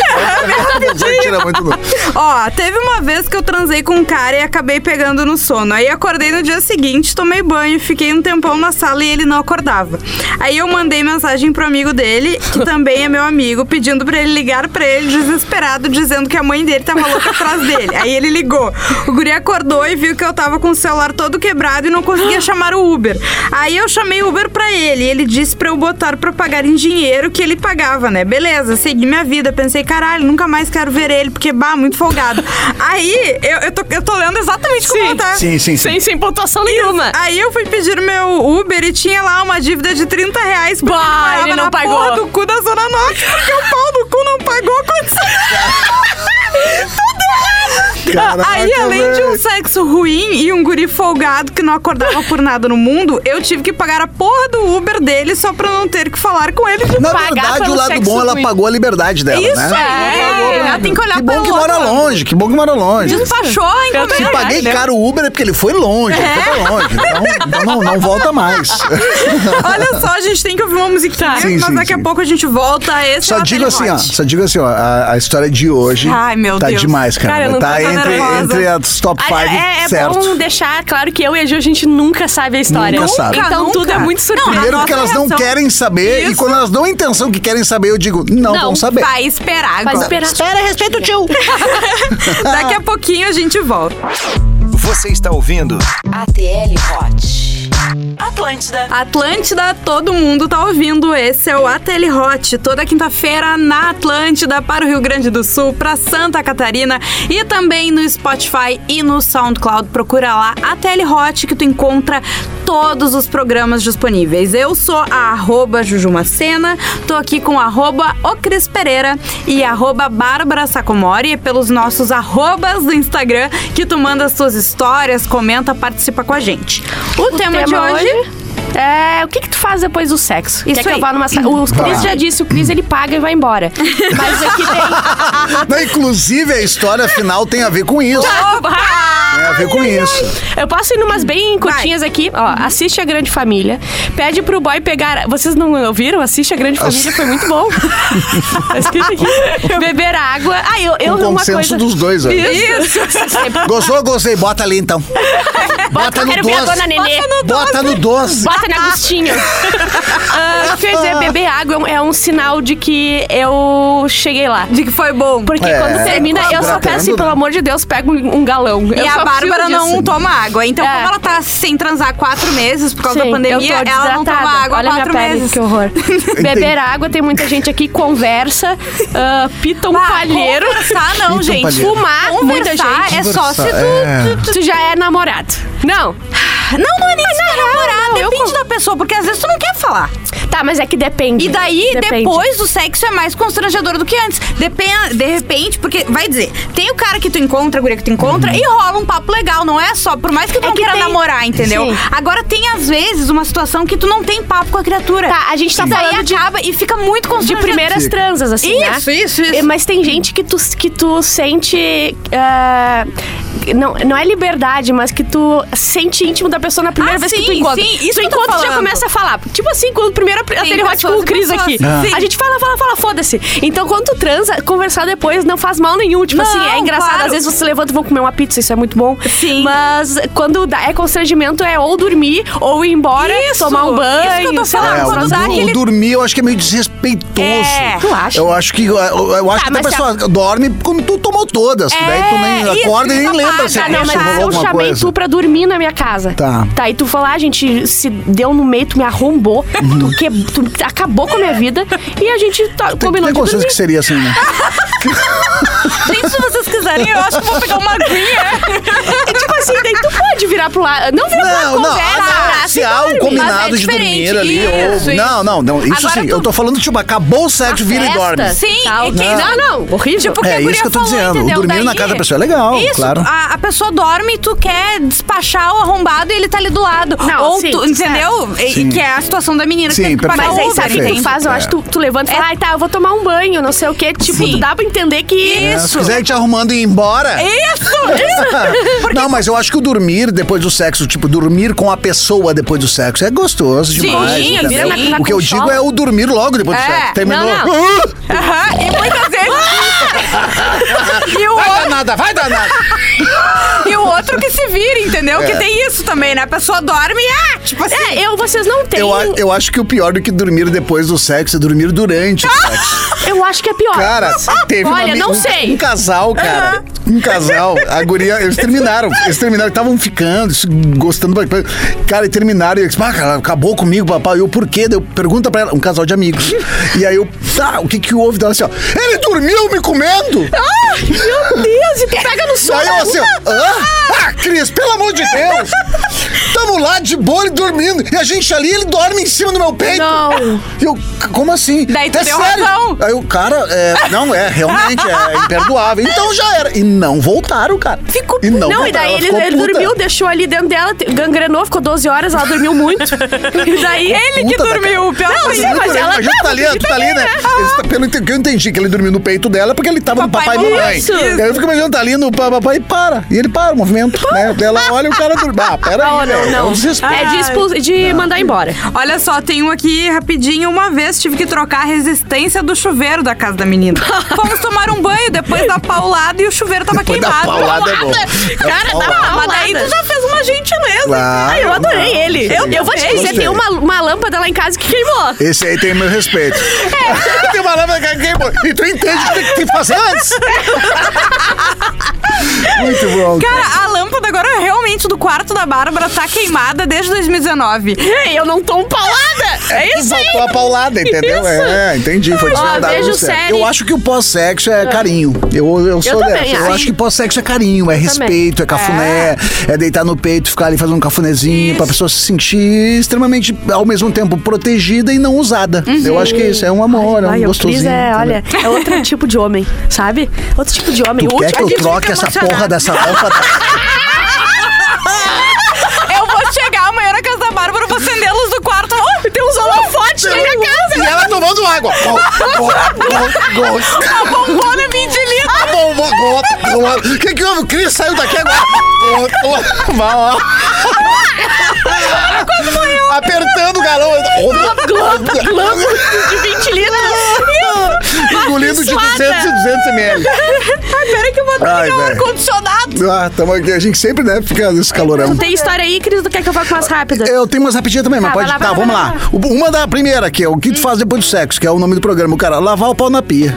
[SPEAKER 5] Vai tirar muito do-
[SPEAKER 4] Ó, teve uma vez que eu transei com um cara e acabei pegando no sono. Aí acordei no dia seguinte, tomei banho, fiquei um tempão na sala e ele não acordava. Aí eu mandei mensagem pro amigo dele, que também é meu amigo, pedindo pra ele ligar pra ele, desesperado, dizendo que a mãe dele tava louca atrás dele. Aí ele ligou. O guri acordou e viu que eu tava com o celular todo quebrado e não conseguia chamar o Uber. Aí eu chamei o Uber pra ele e ele disse pra eu botar pra pagar em dinheiro que ele pagava, né? né? Beleza, segui minha vida. Pensei, caralho, nunca mais quero ver ele, porque, bah, muito folgado. Aí, eu, eu, tô, eu tô lendo exatamente como
[SPEAKER 3] Sim.
[SPEAKER 4] tá.
[SPEAKER 5] Sim, sim, sim.
[SPEAKER 3] Sem, sem pontuação nenhuma.
[SPEAKER 4] Aí eu fui pedir o meu Uber e tinha lá uma dívida de 30 reais porque
[SPEAKER 3] Bah,
[SPEAKER 4] ele morava
[SPEAKER 3] ele não
[SPEAKER 4] na
[SPEAKER 3] pagou.
[SPEAKER 4] porra do cu da Zona Norte porque o pau do cu não pagou a condição. Tudo errado.
[SPEAKER 5] Caraca,
[SPEAKER 4] Aí, além de um
[SPEAKER 5] velho.
[SPEAKER 4] sexo ruim e um guri folgado que não acordava por nada no mundo, eu tive que pagar a porra do Uber dele só pra não ter que falar com ele de
[SPEAKER 5] Na
[SPEAKER 3] pagar
[SPEAKER 5] verdade, o
[SPEAKER 3] pelo
[SPEAKER 5] lado
[SPEAKER 3] sexo
[SPEAKER 5] bom, ela
[SPEAKER 3] ruim.
[SPEAKER 5] pagou a liberdade dela,
[SPEAKER 4] Isso
[SPEAKER 5] né?
[SPEAKER 4] é, ela tem que olhar
[SPEAKER 5] Que
[SPEAKER 4] pelo
[SPEAKER 5] bom que mora
[SPEAKER 4] outro.
[SPEAKER 5] longe, que bom que mora longe.
[SPEAKER 4] Despachou a encomenda.
[SPEAKER 5] Se paguei caro o Uber é porque ele foi longe, ele foi pra longe. Então não, não volta mais.
[SPEAKER 4] Olha só, a gente tem que ouvir uma musiquinha,
[SPEAKER 5] Sim,
[SPEAKER 4] mas
[SPEAKER 5] sim,
[SPEAKER 4] daqui a
[SPEAKER 5] sim.
[SPEAKER 4] pouco a gente volta. Esse é
[SPEAKER 5] Só
[SPEAKER 4] o
[SPEAKER 5] digo assim,
[SPEAKER 4] Ateliê
[SPEAKER 5] ó.
[SPEAKER 4] Hot.
[SPEAKER 5] Só digo assim, ó. A, a história de hoje
[SPEAKER 4] Ai, meu
[SPEAKER 5] tá
[SPEAKER 4] Deus.
[SPEAKER 5] demais,
[SPEAKER 4] Cara,
[SPEAKER 5] cara.
[SPEAKER 4] eu não tô
[SPEAKER 5] tá entre,
[SPEAKER 4] nervosa.
[SPEAKER 5] entre as top
[SPEAKER 3] Ah,
[SPEAKER 5] 5
[SPEAKER 3] é, é
[SPEAKER 5] certo.
[SPEAKER 3] bom deixar claro que eu e a Ju, a gente nunca sabe a história.
[SPEAKER 5] Nunca sabe.
[SPEAKER 3] Então
[SPEAKER 4] Nunca,
[SPEAKER 3] tudo é
[SPEAKER 4] nunca.
[SPEAKER 3] muito surpresa.
[SPEAKER 5] Primeiro
[SPEAKER 4] a
[SPEAKER 5] porque
[SPEAKER 4] nossa
[SPEAKER 5] elas não
[SPEAKER 4] reação.
[SPEAKER 5] querem saber, e
[SPEAKER 4] Isso.
[SPEAKER 5] quando elas dão a intenção que querem saber, eu digo, não,
[SPEAKER 3] Não,
[SPEAKER 5] vão saber.
[SPEAKER 4] Vai esperar agora.
[SPEAKER 3] Vai esperar.
[SPEAKER 5] Espera, respeita o tio.
[SPEAKER 4] Daqui a pouquinho a gente volta.
[SPEAKER 1] Você está ouvindo?
[SPEAKER 2] ATL Hot. Atlântida.
[SPEAKER 4] Atlântida, todo mundo tá ouvindo. Esse é o Ateli Hot, toda quinta-feira na Atlântida, para o Rio Grande do Sul, para Santa Catarina e também no Spotify e no SoundCloud. Procura lá Ateli Hot que tu encontra todos os programas disponíveis. Eu sou a arroba Jujumacena, tô aqui com a arroba o Cris Pereira e arroba Bárbara Sacomori e pelos nossos arrobas do Instagram que tu manda as tuas histórias, comenta, participa com a gente. O, tema, de hoje
[SPEAKER 3] É, o que que tu faz depois do sexo?
[SPEAKER 4] Isso
[SPEAKER 3] Quer que
[SPEAKER 4] aí.
[SPEAKER 3] eu vá numa sa... O Cris já disse, o Cris ele paga e vai embora. Mas aqui tem...
[SPEAKER 5] Não, inclusive, a história final tem a ver com isso. Tem a ver com isso.
[SPEAKER 3] Eu posso ir numas bem curtinhas aqui. Ó, assiste a Grande Família. Pede pro boy pegar. Vocês não ouviram? Assiste a Grande Família, foi muito bom. Assiste aqui. Beber água. Ah, eu, eu
[SPEAKER 5] Com
[SPEAKER 3] uma
[SPEAKER 5] Um consenso
[SPEAKER 3] coisa.
[SPEAKER 5] dos dois, ó.
[SPEAKER 3] Isso. Sempre.
[SPEAKER 5] Gostou, gostei. Bota ali então. Bota
[SPEAKER 3] eu
[SPEAKER 5] no
[SPEAKER 3] quero ver a
[SPEAKER 5] doce.
[SPEAKER 3] dona Nenê.
[SPEAKER 5] Bota no doce.
[SPEAKER 3] Bota na Agostinho. Ah, quer dizer, beber água é um, é um sinal de que eu cheguei lá.
[SPEAKER 4] de que foi bom.
[SPEAKER 3] Porque
[SPEAKER 5] É,
[SPEAKER 3] quando termina, eu só
[SPEAKER 5] hidratando,
[SPEAKER 3] peço assim,
[SPEAKER 5] né?
[SPEAKER 3] pelo amor de Deus, pega um, um galão. Eu
[SPEAKER 4] E
[SPEAKER 3] só
[SPEAKER 4] a Bárbara
[SPEAKER 3] preciso
[SPEAKER 4] não
[SPEAKER 3] disso.
[SPEAKER 4] toma água. Então,
[SPEAKER 3] assim. É.
[SPEAKER 4] como ela tá sem transar quatro meses por causa
[SPEAKER 3] Sim,
[SPEAKER 4] da pandemia,
[SPEAKER 3] eu tô
[SPEAKER 4] ela não toma
[SPEAKER 3] desidratada.
[SPEAKER 4] água há
[SPEAKER 3] Olha a minha
[SPEAKER 4] quatro
[SPEAKER 3] pele,
[SPEAKER 4] meses.
[SPEAKER 3] que horror. Beber água, tem muita gente aqui, conversa, ah, pita um
[SPEAKER 4] Ah,
[SPEAKER 3] palheiro.
[SPEAKER 4] Conversar não,
[SPEAKER 5] Então,
[SPEAKER 4] gente.
[SPEAKER 5] palheiro.
[SPEAKER 3] Fumar, muita
[SPEAKER 4] Conversar
[SPEAKER 3] gente.
[SPEAKER 4] é só se tu...
[SPEAKER 5] É.
[SPEAKER 4] tu-
[SPEAKER 3] Tu já é namorado. Não.
[SPEAKER 4] Não, não é nem se tu é namorado.
[SPEAKER 3] eu
[SPEAKER 4] Depende da pessoa, porque às vezes tu não quer falar.
[SPEAKER 3] Tá, mas é que depende.
[SPEAKER 4] E daí,
[SPEAKER 3] Depende.
[SPEAKER 4] depois o sexo é mais constrangedor do que antes. Depen de repente, porque, vai dizer, tem o cara que tu encontra, a guria que tu encontra,
[SPEAKER 5] Uhum.
[SPEAKER 4] e rola um papo legal, não é só, por mais que tu não
[SPEAKER 3] que
[SPEAKER 4] queira
[SPEAKER 3] tem-
[SPEAKER 4] namorar, entendeu?
[SPEAKER 3] Sim.
[SPEAKER 4] Agora tem, às vezes, uma situação que tu não tem papo com a criatura.
[SPEAKER 3] Tá, a gente tá
[SPEAKER 4] Isso aí
[SPEAKER 3] falando de-
[SPEAKER 4] acaba e fica muito
[SPEAKER 3] De
[SPEAKER 4] constrangedor.
[SPEAKER 3] primeiras transas, assim, né?
[SPEAKER 4] Isso, isso, isso.
[SPEAKER 3] É, Mas tem gente que tu, que tu sente. ah, não, não é liberdade, mas que tu sente íntimo da pessoa na primeira
[SPEAKER 4] Ah,
[SPEAKER 3] vez
[SPEAKER 4] sim,
[SPEAKER 3] que tu encontra.
[SPEAKER 4] sim, isso
[SPEAKER 3] tu
[SPEAKER 4] que eu tô
[SPEAKER 3] encontra já
[SPEAKER 4] falando.
[SPEAKER 3] começa a falar. Tipo assim, quando o primeiro aquele hot
[SPEAKER 4] pessoas
[SPEAKER 3] com o
[SPEAKER 4] e
[SPEAKER 3] Cris
[SPEAKER 4] pessoas.
[SPEAKER 3] aqui.
[SPEAKER 4] Sim.
[SPEAKER 3] A gente fala, fala, fala, foda-se. Então, quando tu transa, conversar depois não faz mal nenhum. Tipo
[SPEAKER 4] Não,
[SPEAKER 3] assim, é engraçado.
[SPEAKER 4] claro.
[SPEAKER 3] Às vezes você levanta e vão comer uma pizza, isso é muito bom.
[SPEAKER 4] Sim.
[SPEAKER 3] Mas quando dá- é constrangimento, é ou dormir, ou ir embora,
[SPEAKER 4] Isso,
[SPEAKER 3] tomar um
[SPEAKER 4] isso que eu
[SPEAKER 3] banho.
[SPEAKER 4] tô
[SPEAKER 3] sei
[SPEAKER 4] falando,
[SPEAKER 3] lá,
[SPEAKER 5] É,
[SPEAKER 4] quando
[SPEAKER 5] o,
[SPEAKER 3] transar.
[SPEAKER 4] dá
[SPEAKER 5] du-
[SPEAKER 4] aquele-
[SPEAKER 5] o dormir eu acho que é meio desrespeitoso.
[SPEAKER 4] É,
[SPEAKER 3] tu acha?
[SPEAKER 5] Eu acho que, eu, eu acho
[SPEAKER 3] Tá,
[SPEAKER 5] que a
[SPEAKER 3] mas
[SPEAKER 5] pessoa dorme quando tu tomou todas. daí tu nem
[SPEAKER 4] É, isso,
[SPEAKER 5] acorda e nem
[SPEAKER 4] isso,
[SPEAKER 5] lembra
[SPEAKER 4] apaga.
[SPEAKER 5] se
[SPEAKER 3] Tá,
[SPEAKER 5] aconteceu,
[SPEAKER 3] não, mas
[SPEAKER 5] rolou
[SPEAKER 3] eu
[SPEAKER 5] alguma
[SPEAKER 3] chamei
[SPEAKER 5] coisa.
[SPEAKER 3] tu pra dormir na minha casa.
[SPEAKER 5] Tá.
[SPEAKER 3] Tá, e tu falar, a gente se deu no meio, tu me arrombou, tu, que, tu acabou com a minha vida e a gente tá,
[SPEAKER 4] um
[SPEAKER 5] Tem,
[SPEAKER 3] combinou
[SPEAKER 5] tem
[SPEAKER 3] de
[SPEAKER 5] consciência
[SPEAKER 3] dormir.
[SPEAKER 5] que seria assim, né?
[SPEAKER 4] Gente, se vocês quiserem, eu acho que vou pegar uma aguinha.
[SPEAKER 3] É tipo assim, daí tu pode virar pro lado. Não vira pro
[SPEAKER 5] Não,
[SPEAKER 3] lado,
[SPEAKER 5] não,
[SPEAKER 3] conversa,
[SPEAKER 5] ah, não.
[SPEAKER 3] abraça
[SPEAKER 5] Se
[SPEAKER 3] e
[SPEAKER 5] há um
[SPEAKER 3] dorme.
[SPEAKER 5] combinado
[SPEAKER 4] Mas é
[SPEAKER 5] de
[SPEAKER 4] diferente,
[SPEAKER 5] dormir ali,
[SPEAKER 4] isso,
[SPEAKER 5] ou. Não, não, não. Isso
[SPEAKER 4] Agora
[SPEAKER 5] sim.
[SPEAKER 4] tu-
[SPEAKER 5] Eu tô falando, tipo, acabou o sexo, vira e dorme. Tá
[SPEAKER 4] Sim,
[SPEAKER 3] Tal.
[SPEAKER 4] e que-
[SPEAKER 3] é não, não, horrível.
[SPEAKER 4] Tipo, o
[SPEAKER 5] É
[SPEAKER 4] a
[SPEAKER 5] isso que eu tô
[SPEAKER 4] guria falou,
[SPEAKER 5] dizendo. O
[SPEAKER 4] entendeu?
[SPEAKER 5] dormir na
[SPEAKER 4] Daí-
[SPEAKER 5] casa da pessoa é legal,
[SPEAKER 4] Isso, ah,
[SPEAKER 5] claro.
[SPEAKER 4] A, a pessoa dorme e tu quer despachar o arrombado e ele tá ali do lado.
[SPEAKER 3] Não,
[SPEAKER 4] Ou
[SPEAKER 3] sim,
[SPEAKER 4] tu,
[SPEAKER 3] certo.
[SPEAKER 4] entendeu? E-
[SPEAKER 5] Sim.
[SPEAKER 4] que é a situação da menina
[SPEAKER 5] Sim,
[SPEAKER 4] que tem que pagar
[SPEAKER 5] tá perfeito. É.
[SPEAKER 3] Mas aí
[SPEAKER 4] o Uber,
[SPEAKER 3] sabe o que tu
[SPEAKER 4] entende?
[SPEAKER 3] faz? Eu acho que tu, tu levanta e fala, ai tá, eu vou tomar um banho, não sei o quê. Tipo,
[SPEAKER 4] Sim.
[SPEAKER 3] tu dá pra entender que...
[SPEAKER 5] É, Se quiser ir te arrumando e ir embora.
[SPEAKER 4] Isso,
[SPEAKER 5] Não, mas eu acho que o dormir depois do sexo, tipo, dormir com a pessoa depois do sexo é gostoso demais.
[SPEAKER 4] sim,
[SPEAKER 5] também.
[SPEAKER 4] vira na-
[SPEAKER 3] na
[SPEAKER 5] o que eu
[SPEAKER 3] consola.
[SPEAKER 5] digo é o dormir logo depois do
[SPEAKER 4] É,
[SPEAKER 5] sexo. Terminou.
[SPEAKER 3] não,
[SPEAKER 4] Aham, e muitas vezes. e, o
[SPEAKER 5] Ah, Vai
[SPEAKER 4] outro,
[SPEAKER 5] danada, vai danada.
[SPEAKER 4] e o outro que se vira, entendeu? Que tem isso também, né? A pessoa dorme e, ah, tipo assim.
[SPEAKER 3] É, eu, vocês não têm...
[SPEAKER 5] Eu, a-
[SPEAKER 3] Eu,
[SPEAKER 5] eu acho que o pior do que dormir depois do sexo é dormir durante o sexo.
[SPEAKER 3] acho que é pior.
[SPEAKER 5] Cara, teve uma
[SPEAKER 3] Olha,
[SPEAKER 5] ami-
[SPEAKER 3] não
[SPEAKER 5] um,
[SPEAKER 3] sei.
[SPEAKER 5] um casal, cara, um casal, a guria, eles terminaram, eles terminaram, estavam ficando, se gostando. Cara, e terminaram, e eu disse, ah, cara, acabou comigo, papai. E eu, por quê? Daí Eu pergunta pra ela, um casal de amigos. E aí eu, tá, o que que houve? Dela assim, ó, ele dormiu me comendo!
[SPEAKER 3] Ah, meu Deus, e pega no sono.
[SPEAKER 5] Aí eu assim, ó, hã? Ah, Cris, pelo amor de Deus! Tamo lá de boa ele dormindo. E a gente ali, ele dorme em cima do meu peito.
[SPEAKER 3] Não.
[SPEAKER 5] E eu, como assim?
[SPEAKER 4] Daí tu
[SPEAKER 5] é
[SPEAKER 4] deu
[SPEAKER 5] sério?
[SPEAKER 4] razão.
[SPEAKER 5] Aí o cara, é, não, é, realmente, é imperdoável. Então já era. E não voltaram, cara.
[SPEAKER 3] Ficou
[SPEAKER 5] e
[SPEAKER 3] não,
[SPEAKER 5] voltaram,
[SPEAKER 3] e daí
[SPEAKER 5] ela
[SPEAKER 3] ele,
[SPEAKER 5] ficou
[SPEAKER 3] ele
[SPEAKER 5] puta.
[SPEAKER 3] dormiu, deixou ali dentro dela, te- gangrenou, ficou 12 horas, ela dormiu muito. E daí ele
[SPEAKER 5] Puta
[SPEAKER 3] que
[SPEAKER 5] da
[SPEAKER 3] dormiu, o pior não,
[SPEAKER 5] Mas, mas ela imagina, tu tá ali, tu tá ali, né?
[SPEAKER 3] Ah,
[SPEAKER 5] Eles tá- Pelo que eu entendi que ele dormiu no peito dela é porque ele tava
[SPEAKER 4] Papai
[SPEAKER 5] no papai e mamãe.
[SPEAKER 3] Isso.
[SPEAKER 5] E aí eu fico imaginando, tá ali no pa- papai e para. E ele para o movimento, né? Ela olha e o cara dorme. Ah, pera aí,
[SPEAKER 3] Não,
[SPEAKER 5] velho,
[SPEAKER 3] não,
[SPEAKER 5] É um
[SPEAKER 3] não.
[SPEAKER 5] desespero.
[SPEAKER 3] É de, expul- de mandar embora.
[SPEAKER 4] Olha só, tem um aqui rapidinho. Uma vez tive que trocar a resistência do chuveiro da casa da menina. Fomos tomar um banho depois da paulada e o chuveiro tava
[SPEAKER 5] Depois da
[SPEAKER 4] queimado.
[SPEAKER 5] paulada é bom.
[SPEAKER 3] Cara,
[SPEAKER 5] Paulada.
[SPEAKER 3] dá
[SPEAKER 4] Ah, mas daí tu já fez uma gentileza.
[SPEAKER 5] Claro,
[SPEAKER 3] Ah, eu adorei
[SPEAKER 5] não.
[SPEAKER 3] ele. Eu, eu vou te dizer,
[SPEAKER 5] Gostei.
[SPEAKER 3] tem uma, uma lâmpada lá em casa que queimou.
[SPEAKER 5] Esse aí tem meu respeito. tem uma lâmpada que queimou. E tu entende o que tem que fazer antes. Muito bom.
[SPEAKER 4] Cara, a lâmpada agora é realmente do quarto da Bárbara tá queimada desde 2019.
[SPEAKER 3] Ei, eu não tô empalada. É isso aí.
[SPEAKER 5] Voltou a paulada, entendeu?
[SPEAKER 3] Isso.
[SPEAKER 5] É, entendi. Foi desvendado.
[SPEAKER 3] vejo
[SPEAKER 5] o certo.
[SPEAKER 3] série.
[SPEAKER 5] Eu acho que o pós-sexo é carinho. Eu, eu sou
[SPEAKER 3] Ah. Eu
[SPEAKER 5] dessa.
[SPEAKER 3] também
[SPEAKER 5] Eu
[SPEAKER 3] acho.
[SPEAKER 5] acho que pós-sexo é carinho, é respeito, é cafuné, é. deitar no peito, ficar ali fazendo um cafunézinho pra pessoa se sentir extremamente, ao mesmo tempo, protegida e não usada. Eu acho que é isso. É um amor, é um
[SPEAKER 3] Uhum. Ai, o
[SPEAKER 5] gostosinho.
[SPEAKER 3] Cris é,
[SPEAKER 5] entendeu?
[SPEAKER 3] olha, é outro tipo de homem, sabe? Outro tipo de homem.
[SPEAKER 5] Tu
[SPEAKER 3] o
[SPEAKER 5] quer que
[SPEAKER 3] último
[SPEAKER 5] eu
[SPEAKER 3] fica
[SPEAKER 5] troque essa
[SPEAKER 3] emocionado.
[SPEAKER 5] porra dessa lâmpada?
[SPEAKER 4] Eu vou chegar amanhã na casa da Bárbara, vou acender a luz do quarto. Oh, tem uns
[SPEAKER 5] um
[SPEAKER 4] holofotes na minha
[SPEAKER 5] e
[SPEAKER 4] casa.
[SPEAKER 5] ela tomando água. Gol, gol, gol.
[SPEAKER 4] Uma bombona mindilita.
[SPEAKER 5] Tá bom, vou, vou, vou. O que que houve? O Cris saiu daqui agora. Vou, vou. Vai lá. Apertando o galão.
[SPEAKER 3] Lâmpada, lâmpada de 20 litros.
[SPEAKER 5] Engolindo de
[SPEAKER 3] suada.
[SPEAKER 5] 200 e 200 ml.
[SPEAKER 4] Ai, peraí que eu vou
[SPEAKER 5] Ai,
[SPEAKER 4] ligar o
[SPEAKER 5] velho.
[SPEAKER 4] ar-condicionado.
[SPEAKER 5] Ah, tamo aqui. A gente sempre, né, fica nesse calorão.
[SPEAKER 3] Tu tem história aí, Cris? Tu quer que eu vá com mais rápida?
[SPEAKER 5] Eu tenho umas rapidinhas também, mas
[SPEAKER 3] Tá,
[SPEAKER 5] pode.
[SPEAKER 3] vai lá,
[SPEAKER 5] tá,
[SPEAKER 3] vai
[SPEAKER 5] vamos
[SPEAKER 3] lá,
[SPEAKER 5] lá. O- Uma da primeira, que é o que tu faz depois do sexo, que é o nome do programa. O cara, lavar o pau na pia.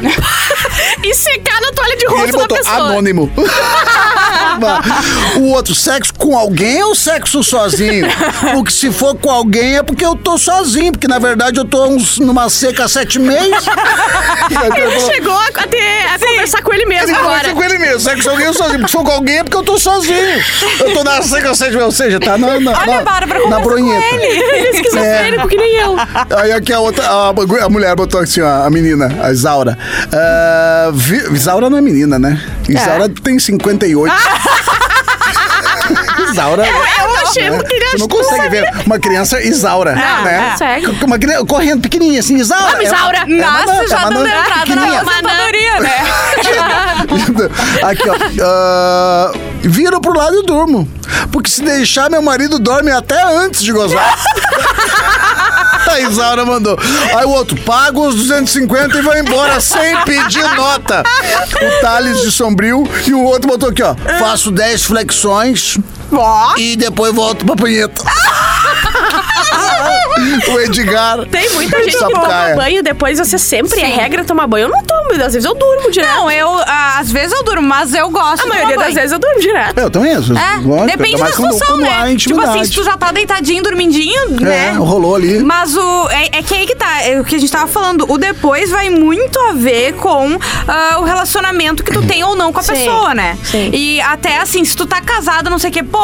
[SPEAKER 3] E secar na toalha de
[SPEAKER 5] E ele
[SPEAKER 3] rosto da
[SPEAKER 5] botou
[SPEAKER 3] pessoa.
[SPEAKER 5] anônimo. o outro, sexo com alguém ou sexo sozinho? Porque se for com alguém é porque eu tô sozinho, porque na verdade eu tô uns, numa seca há sete meses.
[SPEAKER 3] Ele chegou a, a ter- a conversar com ele mesmo
[SPEAKER 5] Ele
[SPEAKER 3] agora.
[SPEAKER 5] conversa com ele mesmo, sexo com alguém ou sozinho. Porque se for com alguém é porque eu tô sozinho. Eu tô na seca há sete meses, ou seja, tá na, na,
[SPEAKER 4] Olha,
[SPEAKER 5] na,
[SPEAKER 4] Bárbara,
[SPEAKER 5] na
[SPEAKER 4] conversa com
[SPEAKER 5] bronheta.
[SPEAKER 4] ele.
[SPEAKER 3] Ele é esquizofrênico
[SPEAKER 5] É.
[SPEAKER 3] que nem eu.
[SPEAKER 5] Aí aqui a outra, a, a mulher botou assim, ó, a menina, a Isaura. Ah, vi- Isaura não é menina, né? Isaura tem 58. Isaura.
[SPEAKER 3] Eu achei
[SPEAKER 5] né?
[SPEAKER 3] que ele
[SPEAKER 5] Tu não
[SPEAKER 3] achou-
[SPEAKER 5] consegue ver uma criança Isaura,
[SPEAKER 3] Não,
[SPEAKER 5] né?
[SPEAKER 3] não consegue.
[SPEAKER 5] Com Uma criança correndo pequenininha assim, Isaura.
[SPEAKER 3] Vamos,
[SPEAKER 5] É uma-
[SPEAKER 3] Isaura.
[SPEAKER 5] é uma
[SPEAKER 4] Nasce
[SPEAKER 5] nana, é
[SPEAKER 4] já
[SPEAKER 5] uma
[SPEAKER 4] dando
[SPEAKER 5] nana
[SPEAKER 4] entrada na
[SPEAKER 5] pequenininha.
[SPEAKER 4] aposentadoria, né?
[SPEAKER 5] Aqui, ó. Ah, viro pro lado e durmo. Porque se deixar, meu marido dorme até antes de gozar. A Isaura mandou. Aí o outro, paga os 250 e vai embora sem pedir nota. O Thales de Sombrio. E o outro botou aqui, ó. Faço 10 flexões
[SPEAKER 4] Ó.
[SPEAKER 5] e depois volto pra punheta. o Edgar.
[SPEAKER 3] Tem muita gente que toma
[SPEAKER 5] Sapucaia.
[SPEAKER 3] banho depois, você sempre é regra tomar banho. Eu não tomo, às vezes eu durmo direto.
[SPEAKER 4] Não, eu... ah, Às vezes eu durmo, mas eu gosto
[SPEAKER 3] a maioria das vezes eu durmo direto.
[SPEAKER 5] Eu também, às vezes,
[SPEAKER 4] É,
[SPEAKER 5] lógico,
[SPEAKER 4] depende
[SPEAKER 5] ainda
[SPEAKER 4] da
[SPEAKER 5] mais quando-
[SPEAKER 4] situação,
[SPEAKER 5] quando há
[SPEAKER 4] né? Tipo assim,
[SPEAKER 5] intimidade.
[SPEAKER 4] se tu já tá deitadinho, dormidinho,
[SPEAKER 5] É,
[SPEAKER 4] né?
[SPEAKER 5] rolou ali.
[SPEAKER 4] Mas o. É, é que aí que tá. É o que a gente tava falando. O depois vai muito a ver com ah, o relacionamento que tu tem ou não com a
[SPEAKER 3] Sim,
[SPEAKER 4] pessoa, né?
[SPEAKER 3] sim.
[SPEAKER 4] E até assim, se tu tá casado, não sei o que, pô.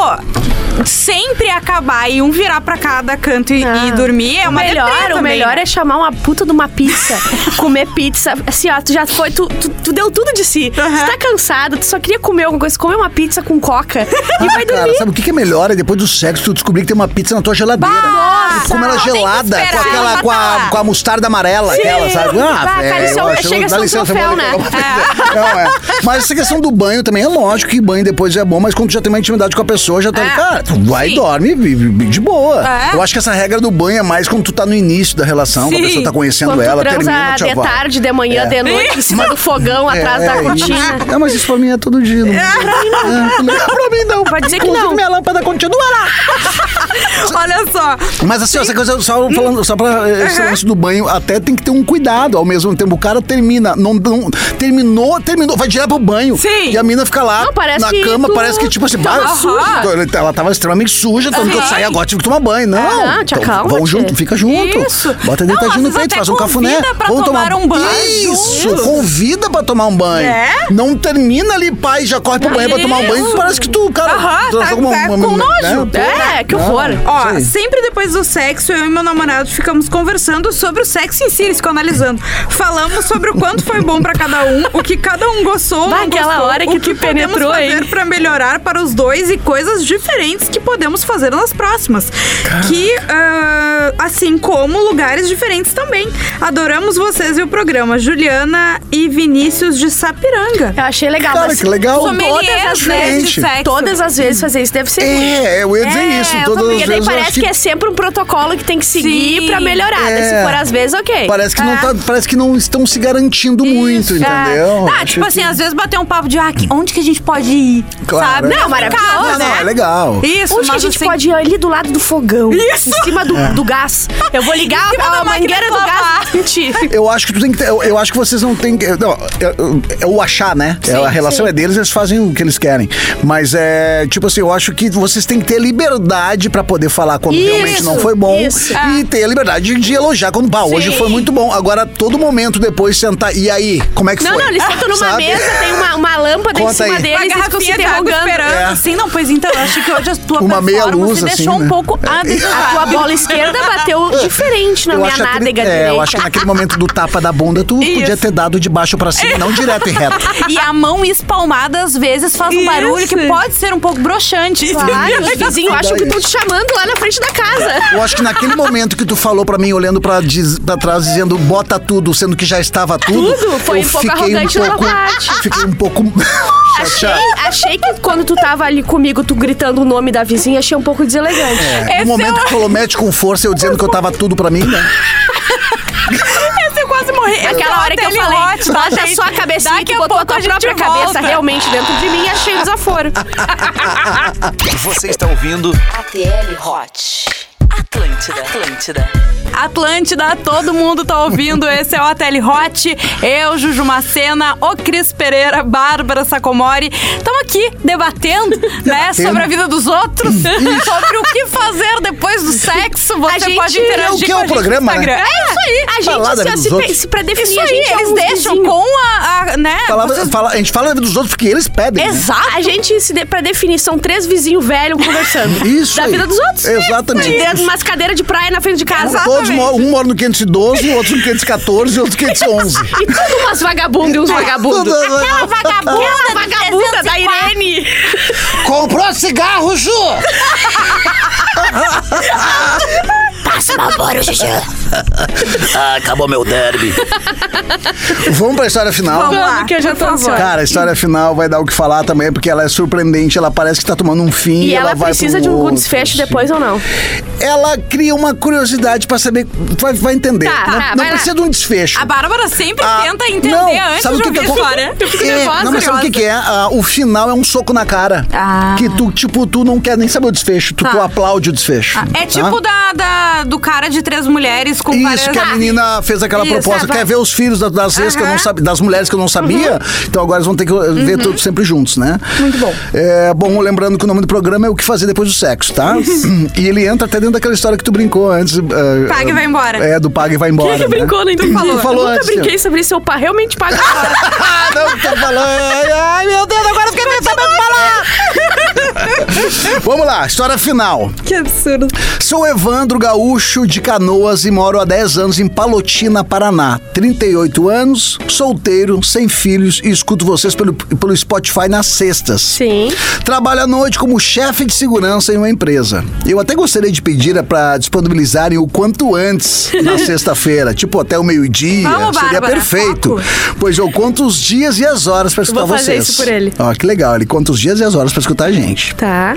[SPEAKER 4] Sempre acabar e um virar pra cada canto e,
[SPEAKER 3] Ah.
[SPEAKER 4] e dormir é
[SPEAKER 3] O
[SPEAKER 4] uma deprê
[SPEAKER 3] melhor, o
[SPEAKER 4] também,
[SPEAKER 3] melhor
[SPEAKER 4] né?
[SPEAKER 3] é chamar uma puta de uma pizza, comer pizza. Assim, ó, tu já foi, tu, tu, tu deu tudo de si.
[SPEAKER 4] Aham.
[SPEAKER 3] Tu tá cansado, tu só queria comer alguma coisa, comer uma pizza com coca e vai
[SPEAKER 5] Cara,
[SPEAKER 3] dormir.
[SPEAKER 5] sabe o que que é melhor? É depois do sexo tu descobrir que tem uma pizza na tua geladeira.
[SPEAKER 4] Bah!
[SPEAKER 5] Tu come ela é
[SPEAKER 4] Tem que
[SPEAKER 5] gelada,
[SPEAKER 4] esperar
[SPEAKER 5] com
[SPEAKER 4] ela
[SPEAKER 5] aquela, com a,
[SPEAKER 4] matar.
[SPEAKER 5] com a mostarda amarela, aquela, sabe? Ah,
[SPEAKER 3] Bah, cara,
[SPEAKER 5] velho,
[SPEAKER 3] isso é um- chega a ser um troféu,
[SPEAKER 5] eu vou
[SPEAKER 3] né?
[SPEAKER 5] levar. Não, é. Mas essa questão do banho também é lógico que banho depois é bom, mas quando tu já tem uma intimidade com a pessoa, já tá.
[SPEAKER 4] É.
[SPEAKER 5] Cara, tu vai
[SPEAKER 4] Sim.
[SPEAKER 5] e dorme e- e- e de boa.
[SPEAKER 4] É.
[SPEAKER 5] Eu acho que essa regra do banho é mais quando tu tá no início da relação, quando a
[SPEAKER 4] Sim.
[SPEAKER 5] pessoa tá conhecendo
[SPEAKER 3] Quando
[SPEAKER 5] ela,
[SPEAKER 3] tu
[SPEAKER 5] termina,
[SPEAKER 3] transa
[SPEAKER 5] tchau,
[SPEAKER 3] de
[SPEAKER 5] vai.
[SPEAKER 3] tarde, de manhã, de noite, em cima do fogão,
[SPEAKER 5] É,
[SPEAKER 3] atrás
[SPEAKER 5] é,
[SPEAKER 3] da
[SPEAKER 5] isso.
[SPEAKER 3] cortina.
[SPEAKER 5] É, mas isso pra mim é todo dia. Não é, pra mim não.
[SPEAKER 3] Pode dizer que
[SPEAKER 5] Inclusive,
[SPEAKER 3] não.
[SPEAKER 5] minha lâmpada continuará.
[SPEAKER 4] Olha só.
[SPEAKER 5] Mas assim, ó, essa coisa, só, falando, só pra eh, esse lance do banho, até tem que ter um cuidado. Ao mesmo tempo, o cara termina, não, não- terminou, terminou, vai direto pro banho.
[SPEAKER 4] Sim.
[SPEAKER 5] E a mina fica lá
[SPEAKER 3] Não, parece
[SPEAKER 5] na
[SPEAKER 3] que
[SPEAKER 5] cama,
[SPEAKER 3] tu-
[SPEAKER 5] parece que tipo assim,
[SPEAKER 4] tá
[SPEAKER 3] tava
[SPEAKER 5] bah,
[SPEAKER 3] suja.
[SPEAKER 5] tô- ela tava extremamente suja, tanto que eu saí agora, tive que tomar banho. Não,
[SPEAKER 4] Ah,
[SPEAKER 3] Aham, te
[SPEAKER 5] então,
[SPEAKER 3] acalma,
[SPEAKER 5] vão
[SPEAKER 3] te-
[SPEAKER 5] junto, fica junto.
[SPEAKER 4] Isso.
[SPEAKER 5] Bota
[SPEAKER 4] Não,
[SPEAKER 5] deitadinho
[SPEAKER 4] às
[SPEAKER 5] no
[SPEAKER 4] vezes
[SPEAKER 5] peito,
[SPEAKER 4] até
[SPEAKER 5] faz um cafuné.
[SPEAKER 4] convida pra
[SPEAKER 5] Vamos
[SPEAKER 4] tomar um banho
[SPEAKER 5] Isso,
[SPEAKER 4] junto.
[SPEAKER 5] convida pra tomar um banho.
[SPEAKER 4] É?
[SPEAKER 5] Não termina ali, pai, já corre pro banho pra tomar um banho.
[SPEAKER 4] Isso.
[SPEAKER 5] Parece que tu, cara,
[SPEAKER 4] Aham,
[SPEAKER 5] tu
[SPEAKER 4] tá- tá com nojo.
[SPEAKER 5] Pô,
[SPEAKER 3] É, que horror.
[SPEAKER 4] Ó,
[SPEAKER 5] Sim.
[SPEAKER 4] sempre depois do sexo, eu e meu namorado ficamos conversando sobre o sexo em si, eles ficam analisando. Falamos sobre o quanto foi bom pra cada um, o que cada um gostou,
[SPEAKER 3] Bah,
[SPEAKER 4] não
[SPEAKER 3] aquela
[SPEAKER 4] gostou,
[SPEAKER 3] hora
[SPEAKER 4] o
[SPEAKER 3] que
[SPEAKER 4] que
[SPEAKER 3] tu penetrou,
[SPEAKER 4] podemos fazer
[SPEAKER 3] hein?
[SPEAKER 4] pra melhorar para os dois e coisas diferentes que podemos fazer nas próximas. Que, ah, assim como lugares diferentes também. Adoramos vocês e o programa. Juliana e Vinícius de Sapiranga.
[SPEAKER 3] Eu achei legal.
[SPEAKER 5] Cara,
[SPEAKER 3] Ah, mas né,
[SPEAKER 5] que legal.
[SPEAKER 3] Todas
[SPEAKER 4] Sommelier
[SPEAKER 3] as,
[SPEAKER 5] diferente.
[SPEAKER 3] vezes, todas as vezes fazer isso deve ser ruim.
[SPEAKER 5] É, eu ia dizer
[SPEAKER 4] É,
[SPEAKER 5] isso.
[SPEAKER 4] eu
[SPEAKER 5] Todas
[SPEAKER 3] Porque
[SPEAKER 5] as
[SPEAKER 3] daí
[SPEAKER 5] vezes eu
[SPEAKER 3] parece
[SPEAKER 5] acho
[SPEAKER 3] que... é sempre um protocolo que tem que seguir
[SPEAKER 4] Sim.
[SPEAKER 3] pra melhorar. Daí
[SPEAKER 5] É.
[SPEAKER 3] Se for às vezes, ok. Ah.
[SPEAKER 5] Parece que, não tá, parece que não estão se garantindo muito,
[SPEAKER 4] Isso, é.
[SPEAKER 5] entendeu?
[SPEAKER 4] Tá,
[SPEAKER 5] Acho
[SPEAKER 4] tipo assim,
[SPEAKER 5] que-
[SPEAKER 4] às vezes bater um papo de ah, que- onde que a gente pode ir?
[SPEAKER 5] Claro,
[SPEAKER 4] sabe?
[SPEAKER 5] é.
[SPEAKER 3] Não, maravilhoso,
[SPEAKER 4] Casa,
[SPEAKER 5] Não, não,
[SPEAKER 4] né?
[SPEAKER 5] é legal.
[SPEAKER 4] Isso,
[SPEAKER 3] Onde que a
[SPEAKER 4] mas
[SPEAKER 3] gente
[SPEAKER 4] assim,
[SPEAKER 3] pode ir ali do lado do fogão?
[SPEAKER 4] Isso!
[SPEAKER 3] Em cima do, do gás. Eu vou ligar
[SPEAKER 4] Em cima
[SPEAKER 3] a,
[SPEAKER 4] da
[SPEAKER 3] a
[SPEAKER 4] máquina
[SPEAKER 3] mangueira
[SPEAKER 4] de
[SPEAKER 3] do
[SPEAKER 4] lavar.
[SPEAKER 3] gás. Gente,
[SPEAKER 5] Eu acho que tu tem que ter, eu, eu acho que vocês não tem que. não, é, é- é o achar, né? É, a relação é deles, eles fazem o que eles querem. Mas é, tipo assim, eu acho que vocês têm que ter liberdade pra poder falar quando
[SPEAKER 3] Isso,
[SPEAKER 5] realmente não foi bom.
[SPEAKER 3] isso. Ah.
[SPEAKER 5] E ter a liberdade de, de elogiar quando, pá, hoje
[SPEAKER 3] Sim.
[SPEAKER 5] foi muito bom. Agora, todo momento depois sentar. E aí, como é que
[SPEAKER 3] Não,
[SPEAKER 5] foi?
[SPEAKER 3] não, eles sentam numa
[SPEAKER 5] Sabe?
[SPEAKER 3] mesa, tem uma, uma lâmpada
[SPEAKER 5] Conta
[SPEAKER 3] em cima
[SPEAKER 5] aí.
[SPEAKER 4] Uma
[SPEAKER 3] deles e ficam se
[SPEAKER 4] garrafinha de água
[SPEAKER 3] interrogando.
[SPEAKER 4] esperando,
[SPEAKER 5] É.
[SPEAKER 4] assim, não, pois então, eu acho que hoje a tua
[SPEAKER 5] Uma meia
[SPEAKER 4] performance
[SPEAKER 5] luz,
[SPEAKER 4] deixou
[SPEAKER 5] assim,
[SPEAKER 4] um
[SPEAKER 5] né?
[SPEAKER 4] pouco a
[SPEAKER 3] A tua bola esquerda bateu diferente na
[SPEAKER 5] Eu
[SPEAKER 3] minha
[SPEAKER 5] acho, aquele-
[SPEAKER 3] nádega
[SPEAKER 5] é,
[SPEAKER 3] direita.
[SPEAKER 5] eu acho que naquele momento do tapa da bunda, tu podia ter dado de baixo pra cima, não direto e reto.
[SPEAKER 4] E a mão espalmada, às vezes, faz um
[SPEAKER 3] Isso.
[SPEAKER 4] barulho que pode ser um pouco broxante.
[SPEAKER 3] Claro, os vizinhos acham que estão te chamando lá na frente da casa.
[SPEAKER 5] Eu acho que naquele momento que tu falou pra mim, olhando pra, diz- pra trás, dizendo bota tudo, sendo que já estava tudo.
[SPEAKER 3] Tudo? Foi
[SPEAKER 5] eu
[SPEAKER 3] um pouco
[SPEAKER 5] fiquei
[SPEAKER 3] arrogante
[SPEAKER 5] um
[SPEAKER 3] da
[SPEAKER 5] pouco,
[SPEAKER 3] tua parte.
[SPEAKER 5] Fiquei um pouco.
[SPEAKER 3] Achei,
[SPEAKER 5] chateado.
[SPEAKER 3] achei que quando tu tava ali comigo, tu gritando o nome da vizinha, achei um pouco deselegante.
[SPEAKER 5] É,
[SPEAKER 4] é
[SPEAKER 5] No momento que falou mete com força, eu dizendo que eu tava tudo pra mim, né?
[SPEAKER 4] eu quase morri.
[SPEAKER 3] Aquela hora que eu falei, bota a sua cabecinha
[SPEAKER 4] Daqui
[SPEAKER 3] que
[SPEAKER 4] a
[SPEAKER 3] botou a
[SPEAKER 4] pouco
[SPEAKER 3] tua
[SPEAKER 4] a gente
[SPEAKER 3] própria
[SPEAKER 4] volta.
[SPEAKER 3] cabeça realmente dentro de mim, achei um desaforo.
[SPEAKER 1] Você está ouvindo
[SPEAKER 2] ATL Hot. Atlântida. Atlântida.
[SPEAKER 4] Atlântida, todo mundo tá ouvindo. Esse é o Ateli Hot. Eu, Juju Macena, o Cris Pereira, Bárbara Sacomori. Estamos aqui debatendo, né, sobre a vida dos outros, sobre o que fazer depois do sexo. Você
[SPEAKER 3] gente-
[SPEAKER 4] pode
[SPEAKER 5] É o
[SPEAKER 4] interagir
[SPEAKER 5] que é
[SPEAKER 4] com
[SPEAKER 5] o
[SPEAKER 4] a gente no
[SPEAKER 5] programa, né?
[SPEAKER 4] Instagram. É isso aí.
[SPEAKER 3] A
[SPEAKER 5] Falar da
[SPEAKER 3] gente,
[SPEAKER 5] vida
[SPEAKER 3] se,
[SPEAKER 5] dos
[SPEAKER 3] se,
[SPEAKER 5] outros.
[SPEAKER 3] se pra definir,
[SPEAKER 4] Isso
[SPEAKER 3] a
[SPEAKER 4] aí,
[SPEAKER 3] gente é
[SPEAKER 4] eles
[SPEAKER 3] uns
[SPEAKER 4] deixam
[SPEAKER 3] vizinhos.
[SPEAKER 4] com a, a, né?
[SPEAKER 5] Falava,
[SPEAKER 4] vocês-
[SPEAKER 5] fala- a gente fala da vida dos outros porque eles pedem. né?
[SPEAKER 4] Exato.
[SPEAKER 3] A gente, se de, pra definir, são três vizinhos velhos conversando.
[SPEAKER 5] Isso
[SPEAKER 3] Da
[SPEAKER 5] aí.
[SPEAKER 3] vida dos outros.
[SPEAKER 5] Exatamente.
[SPEAKER 3] De dentro de umas cadeiras de praia na frente de casa.
[SPEAKER 5] Todos, mo- um mora no 512, o outro no 514 e outro no 511.
[SPEAKER 3] E tudo umas vagabundas e uns vagabundos.
[SPEAKER 5] Aquela
[SPEAKER 3] vagabunda, vagabunda da né?
[SPEAKER 4] 304.
[SPEAKER 3] Irene.
[SPEAKER 5] Comprou cigarro, Ju!
[SPEAKER 2] Ah,
[SPEAKER 1] Acabou meu derby.
[SPEAKER 5] Vamos pra história final.
[SPEAKER 4] Vamos lá,
[SPEAKER 3] que eu já
[SPEAKER 4] por
[SPEAKER 3] tô
[SPEAKER 4] favor.
[SPEAKER 3] ansiosa.
[SPEAKER 5] Cara, a história final vai dar o que falar também, porque ela é surpreendente, ela parece que tá tomando um fim.
[SPEAKER 3] E ela,
[SPEAKER 5] vai
[SPEAKER 3] precisa
[SPEAKER 5] pro
[SPEAKER 3] de um
[SPEAKER 5] outro,
[SPEAKER 3] desfecho
[SPEAKER 5] assim.
[SPEAKER 3] depois ou não?
[SPEAKER 5] Ela cria uma curiosidade pra saber. Vai, vai entender.
[SPEAKER 3] Tá,
[SPEAKER 5] não
[SPEAKER 3] tá,
[SPEAKER 5] não
[SPEAKER 3] vai
[SPEAKER 5] precisa de um desfecho.
[SPEAKER 4] A Bárbara sempre
[SPEAKER 5] Ah,
[SPEAKER 4] tenta entender
[SPEAKER 5] não,
[SPEAKER 4] antes
[SPEAKER 5] sabe o
[SPEAKER 4] de né?
[SPEAKER 5] que que
[SPEAKER 4] ouvir a história.
[SPEAKER 5] acon- É, não, mas sabe o que, que é? Ah, o final é um soco na cara.
[SPEAKER 4] Ah.
[SPEAKER 5] Que tu, tipo, tu não quer nem saber o desfecho, tu,
[SPEAKER 4] Tá.
[SPEAKER 5] tu aplaude o desfecho. tá?
[SPEAKER 4] É tipo da, da- do cara de três mulheres com várias... Ah,
[SPEAKER 5] Isso, que a menina fez aquela
[SPEAKER 4] Isso,
[SPEAKER 5] proposta.
[SPEAKER 4] é, vai.
[SPEAKER 5] Quer ver os filhos da- das, ex que eu não
[SPEAKER 4] Aham. Uhum.
[SPEAKER 5] sabe, das mulheres que eu não sabia? Então agora eles vão ter que eh, ver tudo sempre juntos, né? Muito bom. É, bom, lembrando que o nome do programa é O que Fazer Depois do Sexo, tá? e ele entra até dentro daquela história que tu brincou antes. eh,
[SPEAKER 4] Paga e
[SPEAKER 5] eh,
[SPEAKER 4] vai embora.
[SPEAKER 5] É, do Paga e vai embora.
[SPEAKER 3] Quem que
[SPEAKER 5] né?
[SPEAKER 3] brincou, não entendi.
[SPEAKER 5] falou. falou
[SPEAKER 3] Eu nunca
[SPEAKER 5] antes,
[SPEAKER 3] brinquei sobre isso, eu pá, realmente pago agora.
[SPEAKER 5] Ah, não, tu tá falando. Ai, ai, meu Deus, agora eu fiquei sem saber o que falar. Vamos lá, história final.
[SPEAKER 4] Que absurdo.
[SPEAKER 5] Sou Evandro Gaúcho de Canoas e moro há 10 anos em Palotina, Paraná. 38 anos, solteiro, sem filhos e escuto vocês pelo, pelo Spotify nas sextas.
[SPEAKER 3] Sim.
[SPEAKER 5] Trabalho à noite como chefe de segurança em uma empresa. Eu até gostaria de pedir para disponibilizarem o quanto antes na sexta-feira, tipo até o meio-dia.
[SPEAKER 4] Vamos,
[SPEAKER 5] Seria
[SPEAKER 4] Bárbara,
[SPEAKER 5] perfeito. Pois eu conto os dias e as horas para escutar
[SPEAKER 3] Vou fazer
[SPEAKER 5] vocês.
[SPEAKER 3] isso por ele.
[SPEAKER 5] Ó, que legal, ele conta os dias e as horas para escutar a gente. gente.
[SPEAKER 3] Tá.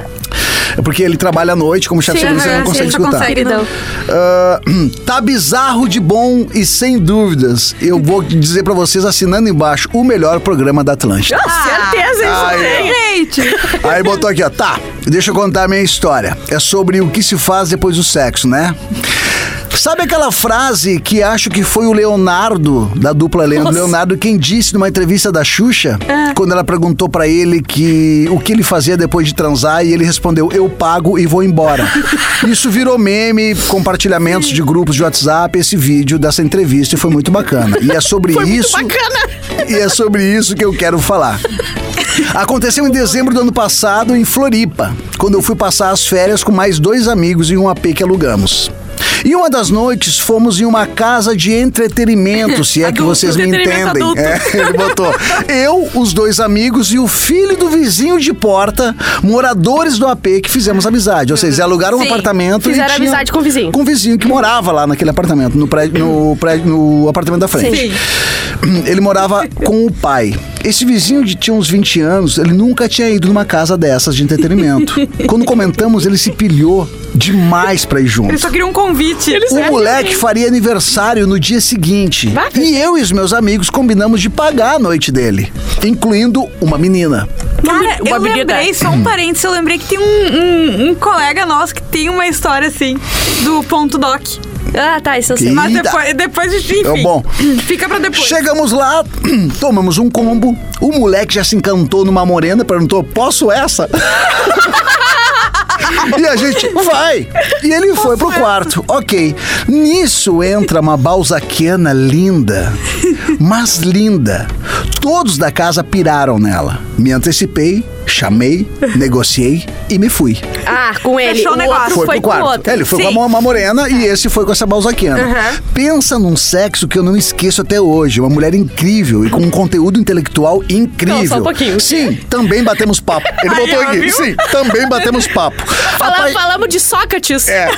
[SPEAKER 5] É porque ele trabalha à noite, como chefe de
[SPEAKER 3] Sim,
[SPEAKER 5] serviço, ele
[SPEAKER 3] aham,
[SPEAKER 5] não
[SPEAKER 3] sim,
[SPEAKER 5] consegue
[SPEAKER 3] só
[SPEAKER 5] escutar.
[SPEAKER 3] consegue, não.
[SPEAKER 5] Ah, tá bizarro de bom e sem dúvidas. Eu vou dizer pra vocês, assinando embaixo, o melhor programa da Atlântida.
[SPEAKER 3] Certeza, isso
[SPEAKER 5] Ah, ai,
[SPEAKER 3] tem.
[SPEAKER 4] Gente,
[SPEAKER 5] Aí botou aqui, ó. Tá, deixa eu contar a minha história. É sobre o que se faz depois do sexo, né? Sabe aquela frase que acho que foi o Leonardo, da dupla Leandro Leonardo, quem disse numa entrevista da Xuxa, quando ela perguntou pra ele que o que ele fazia depois de transar, e ele respondeu, eu pago e vou embora. Isso virou meme, compartilhamentos de grupos de WhatsApp, esse vídeo dessa entrevista, e foi muito bacana. E é sobre isso. E é sobre isso que eu quero falar. Aconteceu em dezembro do ano passado em Floripa, quando eu fui passar as férias com mais dois amigos em um AP que alugamos. E uma das noites fomos em uma casa de entretenimento, se é que
[SPEAKER 3] Adulto,
[SPEAKER 5] vocês me
[SPEAKER 3] entretenimento
[SPEAKER 5] entendem.
[SPEAKER 3] adulto.
[SPEAKER 5] É, ele botou. Eu, os dois amigos e o filho do vizinho de porta, moradores do AP que fizemos amizade. Ou seja, alugaram um
[SPEAKER 4] Sim,
[SPEAKER 5] apartamento e
[SPEAKER 3] fizeram
[SPEAKER 5] tinha-
[SPEAKER 3] amizade com o vizinho.
[SPEAKER 5] Com o vizinho que morava lá naquele apartamento, no prédio, no prédio, no apartamento da frente.
[SPEAKER 4] Sim.
[SPEAKER 5] Ele morava com o pai. Esse vizinho de tinha uns 20 anos, ele nunca tinha ido numa casa dessas de entretenimento. Quando comentamos, ele se pilhou demais pra ir junto.
[SPEAKER 4] eu só queria um convite.
[SPEAKER 5] O moleque faria aniversário no dia seguinte. E eu e os meus amigos combinamos de pagar a noite dele, incluindo uma menina.
[SPEAKER 4] Cara,
[SPEAKER 3] Uma
[SPEAKER 4] eu
[SPEAKER 3] habilidade.
[SPEAKER 4] lembrei, só um parênteses, eu lembrei que tem um, um- um colega nosso que tem uma história assim, do ponto doc.
[SPEAKER 3] Ah, tá, isso eu sei.
[SPEAKER 5] Que-
[SPEAKER 4] Mas
[SPEAKER 5] Eita.
[SPEAKER 4] depois, depois de enfim.
[SPEAKER 5] É bom.
[SPEAKER 4] Fica pra depois.
[SPEAKER 5] Chegamos lá, tomamos um combo. O moleque já se encantou numa morena, perguntou: posso essa? E a gente vai. E ele foi pro quarto. Ok. Nisso entra uma balzaquiana linda. Mas linda. Todos da casa piraram nela. Me antecipei, chamei, negociei e me fui.
[SPEAKER 3] Ah, com ele.
[SPEAKER 4] Fechou o negócio.
[SPEAKER 3] outro
[SPEAKER 5] Foi,
[SPEAKER 3] foi
[SPEAKER 5] pro quarto.
[SPEAKER 3] com o outro.
[SPEAKER 5] É, ele foi
[SPEAKER 3] Sim.
[SPEAKER 5] com uma morena e esse foi com essa balzaquiana. Pensa num sexo que eu não esqueço até hoje. Uma mulher incrível e com um conteúdo intelectual incrível.
[SPEAKER 3] Não, só um pouquinho.
[SPEAKER 5] Sim, também batemos papo. Ele
[SPEAKER 4] Aí,
[SPEAKER 5] botou
[SPEAKER 4] ó,
[SPEAKER 5] aqui.
[SPEAKER 4] viu?
[SPEAKER 5] Sim, também batemos papo.
[SPEAKER 3] Fala-
[SPEAKER 5] Rapaz,
[SPEAKER 3] Falamos de Sócrates.
[SPEAKER 5] é.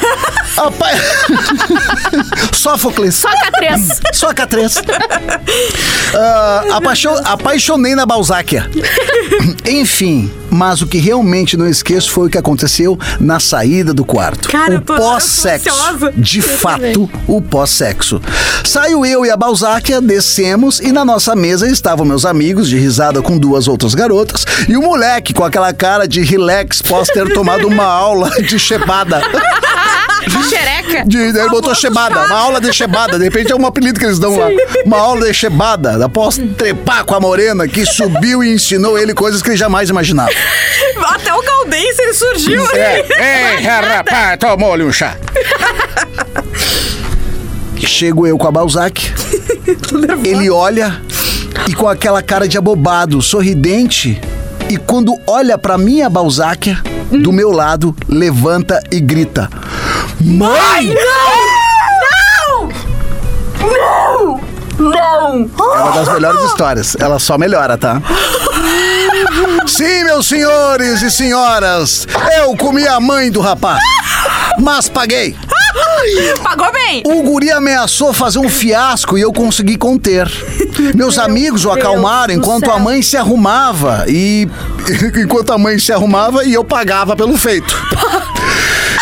[SPEAKER 5] Rapaz. Sófocles.
[SPEAKER 3] Sócrates.
[SPEAKER 5] Só a 3 apaixonei na Balzáquia. Enfim, mas o que realmente não esqueço foi o que aconteceu na saída do quarto.
[SPEAKER 4] Cara,
[SPEAKER 5] o
[SPEAKER 4] eu tô- eu tô
[SPEAKER 5] pós-sexo.
[SPEAKER 4] ansiosa.
[SPEAKER 5] De fato, o pós-sexo. Saiu eu e a Balzáquia, descemos e na nossa mesa estavam meus amigos de risada com duas outras garotas e o moleque com aquela cara de relax após ter tomado uma aula de chebada.
[SPEAKER 3] Xereca.
[SPEAKER 5] De, ele botou chebada, uma aula de chebada. De repente é um apelido que eles dão lá. Uma aula de chebada. Após trepar com a morena que subiu e ensinou ele coisas que ele jamais imaginava.
[SPEAKER 4] Até o Galdense ele surgiu né? ali.
[SPEAKER 5] é, rapaz, tomou-lhe um chá. Chego eu com a Balzac. ele olha e com aquela cara de abobado, sorridente. E quando olha pra minha Balzac, do meu lado, levanta e grita: Mãe! É uma das melhores histórias. Ela só melhora, tá? Sim, meus senhores e senhoras, eu comi a mãe do rapaz. Mas paguei.
[SPEAKER 4] Pagou bem.
[SPEAKER 5] O guri ameaçou fazer um fiasco e eu consegui conter. Meus amigos o acalmaram enquanto a mãe se arrumava e. Enquanto a mãe se arrumava e eu pagava pelo feito.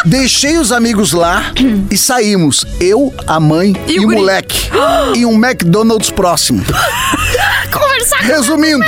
[SPEAKER 5] Deixei os amigos lá e saímos. Eu, a mãe
[SPEAKER 4] E
[SPEAKER 5] e,
[SPEAKER 4] o
[SPEAKER 5] o
[SPEAKER 4] guri?
[SPEAKER 5] moleque. e um McDonald's próximo.
[SPEAKER 3] Conversar com
[SPEAKER 5] Resumindo,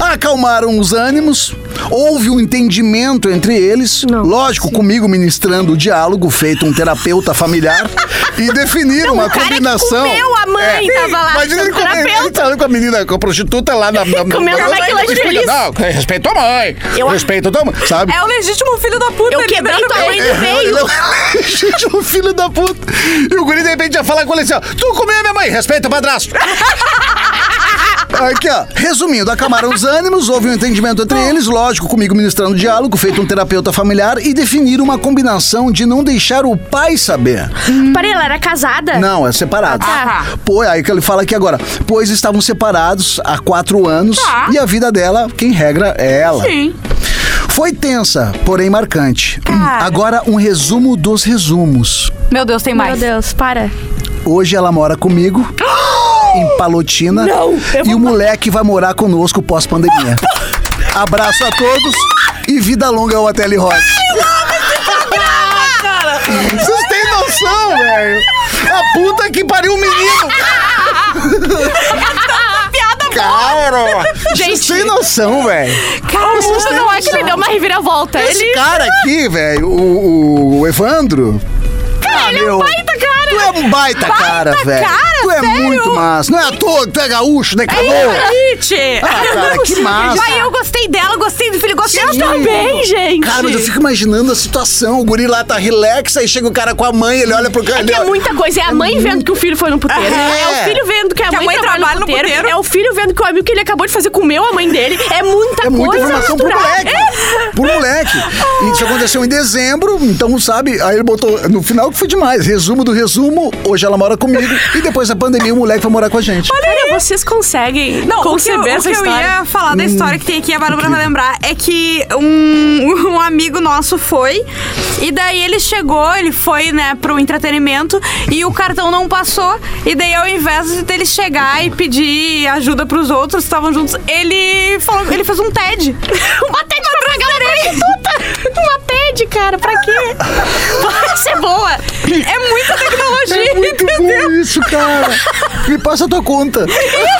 [SPEAKER 5] acalmaram os ânimos, houve um entendimento entre eles,
[SPEAKER 3] Não,
[SPEAKER 5] lógico, comigo ministrando o diálogo, feito um terapeuta familiar, e definiram
[SPEAKER 3] Não,
[SPEAKER 5] uma
[SPEAKER 3] o cara que
[SPEAKER 5] combinação. É.
[SPEAKER 3] comeu a mãe, tava lá,
[SPEAKER 5] Imagina ele,
[SPEAKER 3] sendo
[SPEAKER 5] comendo-
[SPEAKER 3] terapeuta.
[SPEAKER 5] ele falando com a menina, com a prostituta lá na. na
[SPEAKER 3] Comendo
[SPEAKER 5] na-
[SPEAKER 3] como é que ela é
[SPEAKER 5] Explica,
[SPEAKER 3] feliz.
[SPEAKER 5] Não, respeita a mãe.
[SPEAKER 3] Eu-
[SPEAKER 5] respeita a tua mãe, sabe?
[SPEAKER 4] É o legítimo filho da puta. né?
[SPEAKER 3] Eu
[SPEAKER 4] ele
[SPEAKER 3] quebrei
[SPEAKER 4] dando
[SPEAKER 3] tua
[SPEAKER 4] bem.
[SPEAKER 3] mãe no meio.
[SPEAKER 5] Ele é um- É, Gente, um filho da puta. E o guri de repente ia falar com ele assim, ó. Tu comeu a minha mãe, respeita o padrasto. Aqui, ó. Resumindo, acalmaram os ânimos, houve um entendimento entre eles, lógico, comigo ministrando diálogo, feito um terapeuta familiar e definiram uma combinação de não deixar o pai saber.
[SPEAKER 3] Peraí, ela era casada?
[SPEAKER 5] Não, é separado.
[SPEAKER 4] Ah, tá.
[SPEAKER 5] Pô, é aí que ele fala aqui agora. Pois estavam separados há quatro anos
[SPEAKER 4] Tá.
[SPEAKER 5] e a vida dela, quem regra, é ela.
[SPEAKER 4] Sim.
[SPEAKER 5] Foi tensa, porém marcante.
[SPEAKER 4] Cara.
[SPEAKER 5] Agora, um resumo dos resumos.
[SPEAKER 4] Meu Deus, tem
[SPEAKER 3] Meu
[SPEAKER 4] mais.
[SPEAKER 3] Deus, para.
[SPEAKER 5] Hoje ela mora comigo, em Palotina.
[SPEAKER 3] Não, eu
[SPEAKER 5] e
[SPEAKER 3] vou-
[SPEAKER 5] o moleque vai morar conosco pós-pandemia. Abraço a todos e Vida Longa ao Ateli Hot. Vocês têm noção, velho? A puta que pariu o menino!
[SPEAKER 3] Tá
[SPEAKER 5] Cara, vocês têm noção, velho.
[SPEAKER 3] Cara, o Musso não acha que ele deu uma reviravolta.
[SPEAKER 5] Esse
[SPEAKER 3] Ele.
[SPEAKER 5] cara aqui, velho, o, o Evandro. Ah,
[SPEAKER 3] Cara, ele é um baita cara.
[SPEAKER 5] Tu é um baita, cara, velho.
[SPEAKER 4] cara,
[SPEAKER 5] Tu é
[SPEAKER 4] sério?
[SPEAKER 5] muito massa. Não é à toa que tu é gaúcho, né, canoa?
[SPEAKER 3] Gente!
[SPEAKER 5] Ah, cara, que massa.
[SPEAKER 4] Aí é eu gostei dela, gostei do filho, gostei
[SPEAKER 3] Eu também, tá gente!
[SPEAKER 5] é Cara, mas eu fico imaginando a situação. O guri lá tá relax, aí chega o cara com a mãe, ele olha pro cara.
[SPEAKER 3] É que
[SPEAKER 5] ele
[SPEAKER 3] é
[SPEAKER 5] olha-
[SPEAKER 3] muita coisa. É a mãe vendo que o filho foi no puteiro.
[SPEAKER 5] É.
[SPEAKER 3] É, o filho vendo que a, mãe, trabalha, no, puteiro.
[SPEAKER 4] puteiro.
[SPEAKER 3] É o filho vendo que o amigo que ele acabou de fazer comeu a mãe dele. É muita
[SPEAKER 5] É muita
[SPEAKER 3] coisa
[SPEAKER 5] informação pro
[SPEAKER 3] misturada.
[SPEAKER 5] moleque.
[SPEAKER 3] É.
[SPEAKER 5] Pro moleque. E Isso aconteceu em dezembro, então, sabe? Aí ele botou. No final que foi demais. Resumo do resumo, hoje ela mora comigo. E depois da pandemia, o moleque foi morar com a gente.
[SPEAKER 3] Cara, vocês conseguem
[SPEAKER 4] Não, o que, eu,
[SPEAKER 3] conceber
[SPEAKER 4] o
[SPEAKER 3] essa
[SPEAKER 4] que eu
[SPEAKER 3] história?
[SPEAKER 4] ia falar da história que tem aqui, a Bárbara vai lembrar, é que um, um amigo nosso foi, e daí ele chegou, ele foi, né, pro entretenimento, e o cartão não passou, e daí ao invés dele chegar e pedir ajuda pros outros que estavam juntos, ele falou, ele fez um TED.
[SPEAKER 3] Uma TED pra pagar uma prostituta! Uma TED, cara, pra quê? Vai ser boa!
[SPEAKER 4] É muita tecnologia,
[SPEAKER 5] É muito bom isso, cara. Me passa a tua conta.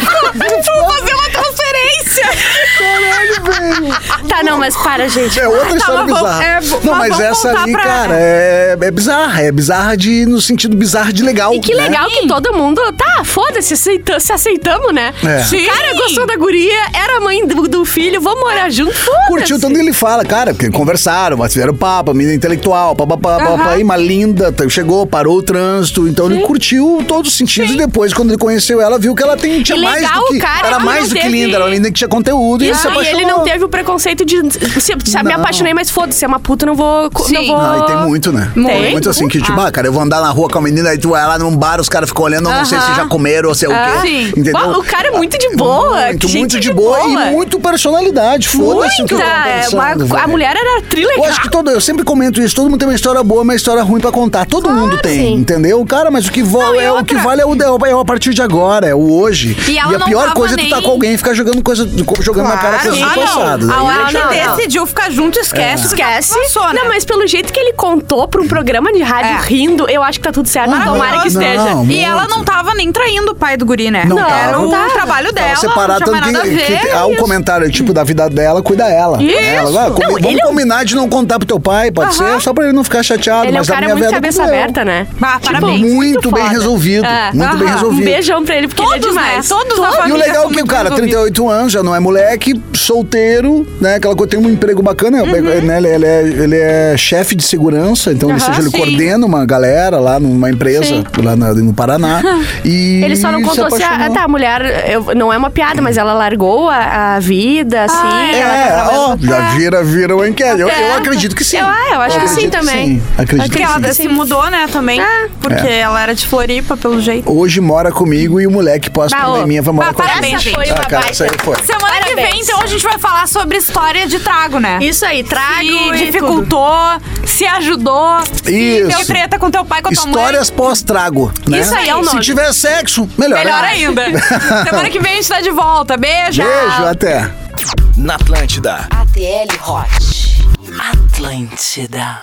[SPEAKER 4] vou fazer uma transferência.
[SPEAKER 5] Caralho, velho.
[SPEAKER 3] Tá, não, mas para, gente.
[SPEAKER 5] É outra história
[SPEAKER 4] mas vamos-
[SPEAKER 5] bizarra.
[SPEAKER 4] é, v-
[SPEAKER 5] não,
[SPEAKER 4] mas
[SPEAKER 5] mas
[SPEAKER 4] vamos
[SPEAKER 5] essa
[SPEAKER 4] voltar
[SPEAKER 5] ali,
[SPEAKER 4] pra-
[SPEAKER 5] cara, é, é bizarra. É bizarra de, no sentido bizarro de legal.
[SPEAKER 3] E que
[SPEAKER 5] né?
[SPEAKER 3] legal que todo mundo. Tá, foda-se, aceita- se aceitamos, né?
[SPEAKER 5] É.
[SPEAKER 3] O cara gostou da guria, era a mãe do, do filho, vamos morar junto, foda-se.
[SPEAKER 5] É. Curtiu tanto que ele fala, cara, porque conversaram, mas fizeram papo, a menina intelectual, papapá, papapá, e uma linda, t- chegou, parou o trânsito, então ele curtiu todos os sentidos e depois, quando ele conheceu ela, viu que ela tem, tinha
[SPEAKER 3] E
[SPEAKER 5] mais
[SPEAKER 3] legal
[SPEAKER 5] do que,
[SPEAKER 3] o cara
[SPEAKER 5] era
[SPEAKER 3] que
[SPEAKER 5] mais
[SPEAKER 3] não
[SPEAKER 5] do que
[SPEAKER 3] teve-
[SPEAKER 5] linda, era uma linda que tinha conteúdo e ele se
[SPEAKER 3] Isso, Ah, e
[SPEAKER 5] apaixonou.
[SPEAKER 3] ele não teve o preconceito de. Se, se me
[SPEAKER 5] Não.
[SPEAKER 3] apaixonei, mas foda-se, é uma puta, não vou. co- Não
[SPEAKER 4] Sim.
[SPEAKER 3] vou...
[SPEAKER 5] Ah, e tem muito, né? Tem,
[SPEAKER 3] Tem.
[SPEAKER 5] muito assim, que tipo, ah, cara, eu vou andar na rua com a menina, aí tu vai lá num bar, os caras ficam olhando, eu não sei se
[SPEAKER 4] Aham.
[SPEAKER 5] já comeram ou sei o
[SPEAKER 4] Ah,
[SPEAKER 5] quê.
[SPEAKER 4] sim.
[SPEAKER 5] Entendeu?
[SPEAKER 3] Ó, o cara é muito de boa,
[SPEAKER 5] Muito,
[SPEAKER 3] gente
[SPEAKER 5] muito de
[SPEAKER 3] de
[SPEAKER 5] boa,
[SPEAKER 3] boa.
[SPEAKER 5] e muito personalidade. Foda-se o que
[SPEAKER 3] Muita!
[SPEAKER 5] eu tava
[SPEAKER 3] é,
[SPEAKER 5] pensando,
[SPEAKER 3] uma- a
[SPEAKER 5] velho.
[SPEAKER 3] mulher era trilegal.
[SPEAKER 5] Eu acho que todo, eu sempre comento isso, todo mundo tem uma história boa, uma história ruim pra contar. Todo mundo tem,
[SPEAKER 3] sim.
[SPEAKER 5] entendeu? Cara, mas o que, vo- é, o que vale é o, é o a partir de agora, é o hoje.
[SPEAKER 4] E ela
[SPEAKER 5] a
[SPEAKER 4] não
[SPEAKER 5] pior
[SPEAKER 4] tava
[SPEAKER 5] coisa é tu tá
[SPEAKER 4] nem-
[SPEAKER 5] com alguém e ficar jogando coisa, jogando na cara coisas do
[SPEAKER 4] ah,
[SPEAKER 5] passado. né?
[SPEAKER 4] não.
[SPEAKER 5] Aí-
[SPEAKER 4] A hora
[SPEAKER 3] Não,
[SPEAKER 4] que
[SPEAKER 3] não, não.
[SPEAKER 4] decidiu ficar junto, esquece.
[SPEAKER 3] Esquece.
[SPEAKER 4] Passou, né?
[SPEAKER 3] Não, mas pelo jeito que ele contou pra um programa de rádio
[SPEAKER 4] É.
[SPEAKER 3] rindo, eu acho que tá tudo certo.
[SPEAKER 5] Não,
[SPEAKER 3] Tomara que
[SPEAKER 5] não,
[SPEAKER 3] esteja.
[SPEAKER 5] não.
[SPEAKER 4] E ela
[SPEAKER 5] muito.
[SPEAKER 4] não tava nem traindo o pai do guri, né?
[SPEAKER 5] Não
[SPEAKER 4] Era
[SPEAKER 5] tava.
[SPEAKER 4] o
[SPEAKER 5] Tava.
[SPEAKER 4] trabalho dela,
[SPEAKER 5] Tava separado,
[SPEAKER 4] não
[SPEAKER 5] tanto
[SPEAKER 4] tinha mais
[SPEAKER 5] que,
[SPEAKER 4] nada a ver.
[SPEAKER 5] que há um comentário, tipo, da vida dela, cuida ela.
[SPEAKER 3] Isso.
[SPEAKER 5] Ela, ah, come-
[SPEAKER 3] Não,
[SPEAKER 5] vamos
[SPEAKER 3] ele é um-
[SPEAKER 5] combinar de não contar pro teu pai, pode
[SPEAKER 4] Aham.
[SPEAKER 5] ser, só pra ele não ficar chateado.
[SPEAKER 3] Ele é um
[SPEAKER 5] mas a
[SPEAKER 3] cara
[SPEAKER 5] minha
[SPEAKER 3] muito
[SPEAKER 5] velha
[SPEAKER 3] cabeça
[SPEAKER 5] doeu.
[SPEAKER 3] aberta, né?
[SPEAKER 4] Ah, parabéns.
[SPEAKER 5] tipo, Muito bem
[SPEAKER 3] foda.
[SPEAKER 5] resolvido,
[SPEAKER 3] É.
[SPEAKER 5] muito bem
[SPEAKER 4] Aham. Um
[SPEAKER 3] Um
[SPEAKER 5] resolvido.
[SPEAKER 3] beijão pra ele, porque ele é
[SPEAKER 4] Todos, né?
[SPEAKER 3] demais.
[SPEAKER 4] Todos da
[SPEAKER 5] E o
[SPEAKER 4] família.
[SPEAKER 5] legal é
[SPEAKER 4] são
[SPEAKER 5] que o
[SPEAKER 4] muito
[SPEAKER 5] cara,
[SPEAKER 4] resolvidos.
[SPEAKER 5] 38 anos, já não é moleque, solteiro, né? Aquela coisa, tem um emprego
[SPEAKER 3] Uhum.
[SPEAKER 5] bacana, né? Ele, ele é, ele é chefe de segurança, então, ou
[SPEAKER 4] Aham,
[SPEAKER 5] seja, ele
[SPEAKER 4] sim.
[SPEAKER 5] coordena uma galera lá numa empresa,
[SPEAKER 3] Sim.
[SPEAKER 5] lá na- no Paraná. e
[SPEAKER 3] Ele só não
[SPEAKER 5] se
[SPEAKER 3] contou se a,
[SPEAKER 5] apaixonou.
[SPEAKER 3] tá, a mulher. eu- não é uma piada, mas ela largou a, a vida, assim. ela tá
[SPEAKER 5] É,
[SPEAKER 3] trabalhando-
[SPEAKER 5] ó, já vira, vira o enquete. Eu, eu acredito que sim.
[SPEAKER 3] É. Eu- ah, eu acho que sim
[SPEAKER 5] acredito
[SPEAKER 3] também.
[SPEAKER 5] sim, Acredito
[SPEAKER 4] Que
[SPEAKER 5] que
[SPEAKER 4] ela
[SPEAKER 5] sim.
[SPEAKER 4] se mudou, né, também.
[SPEAKER 3] Ah.
[SPEAKER 4] Porque
[SPEAKER 5] É.
[SPEAKER 4] ela era de Floripa, pelo jeito.
[SPEAKER 5] Hoje mora comigo e o moleque pós-pandemia vai morar
[SPEAKER 4] Bah,
[SPEAKER 5] com a gente.
[SPEAKER 4] parabéns,
[SPEAKER 3] Essa
[SPEAKER 4] gente.
[SPEAKER 3] foi uma
[SPEAKER 5] Ah, cara, isso aí
[SPEAKER 3] baita.
[SPEAKER 5] foi.
[SPEAKER 4] Semana que
[SPEAKER 3] Parabéns.
[SPEAKER 4] vem, então, a gente vai falar sobre história de trago, né?
[SPEAKER 3] Isso aí, trago.
[SPEAKER 4] Se
[SPEAKER 3] e tudo.
[SPEAKER 4] dificultou, se ajudou, se
[SPEAKER 5] Isso.
[SPEAKER 4] deu treta com teu pai, com a tua mãe.
[SPEAKER 5] Histórias pós-trago, né?
[SPEAKER 3] Isso aí é o
[SPEAKER 5] Se
[SPEAKER 3] nome.
[SPEAKER 5] tiver sexo, melhor. né?
[SPEAKER 4] Melhor ainda. Semana que vem a gente tá de volta. Beijo.
[SPEAKER 5] Beijo, até.
[SPEAKER 1] Na Atlântida.
[SPEAKER 2] ATL Hot. Atlântida.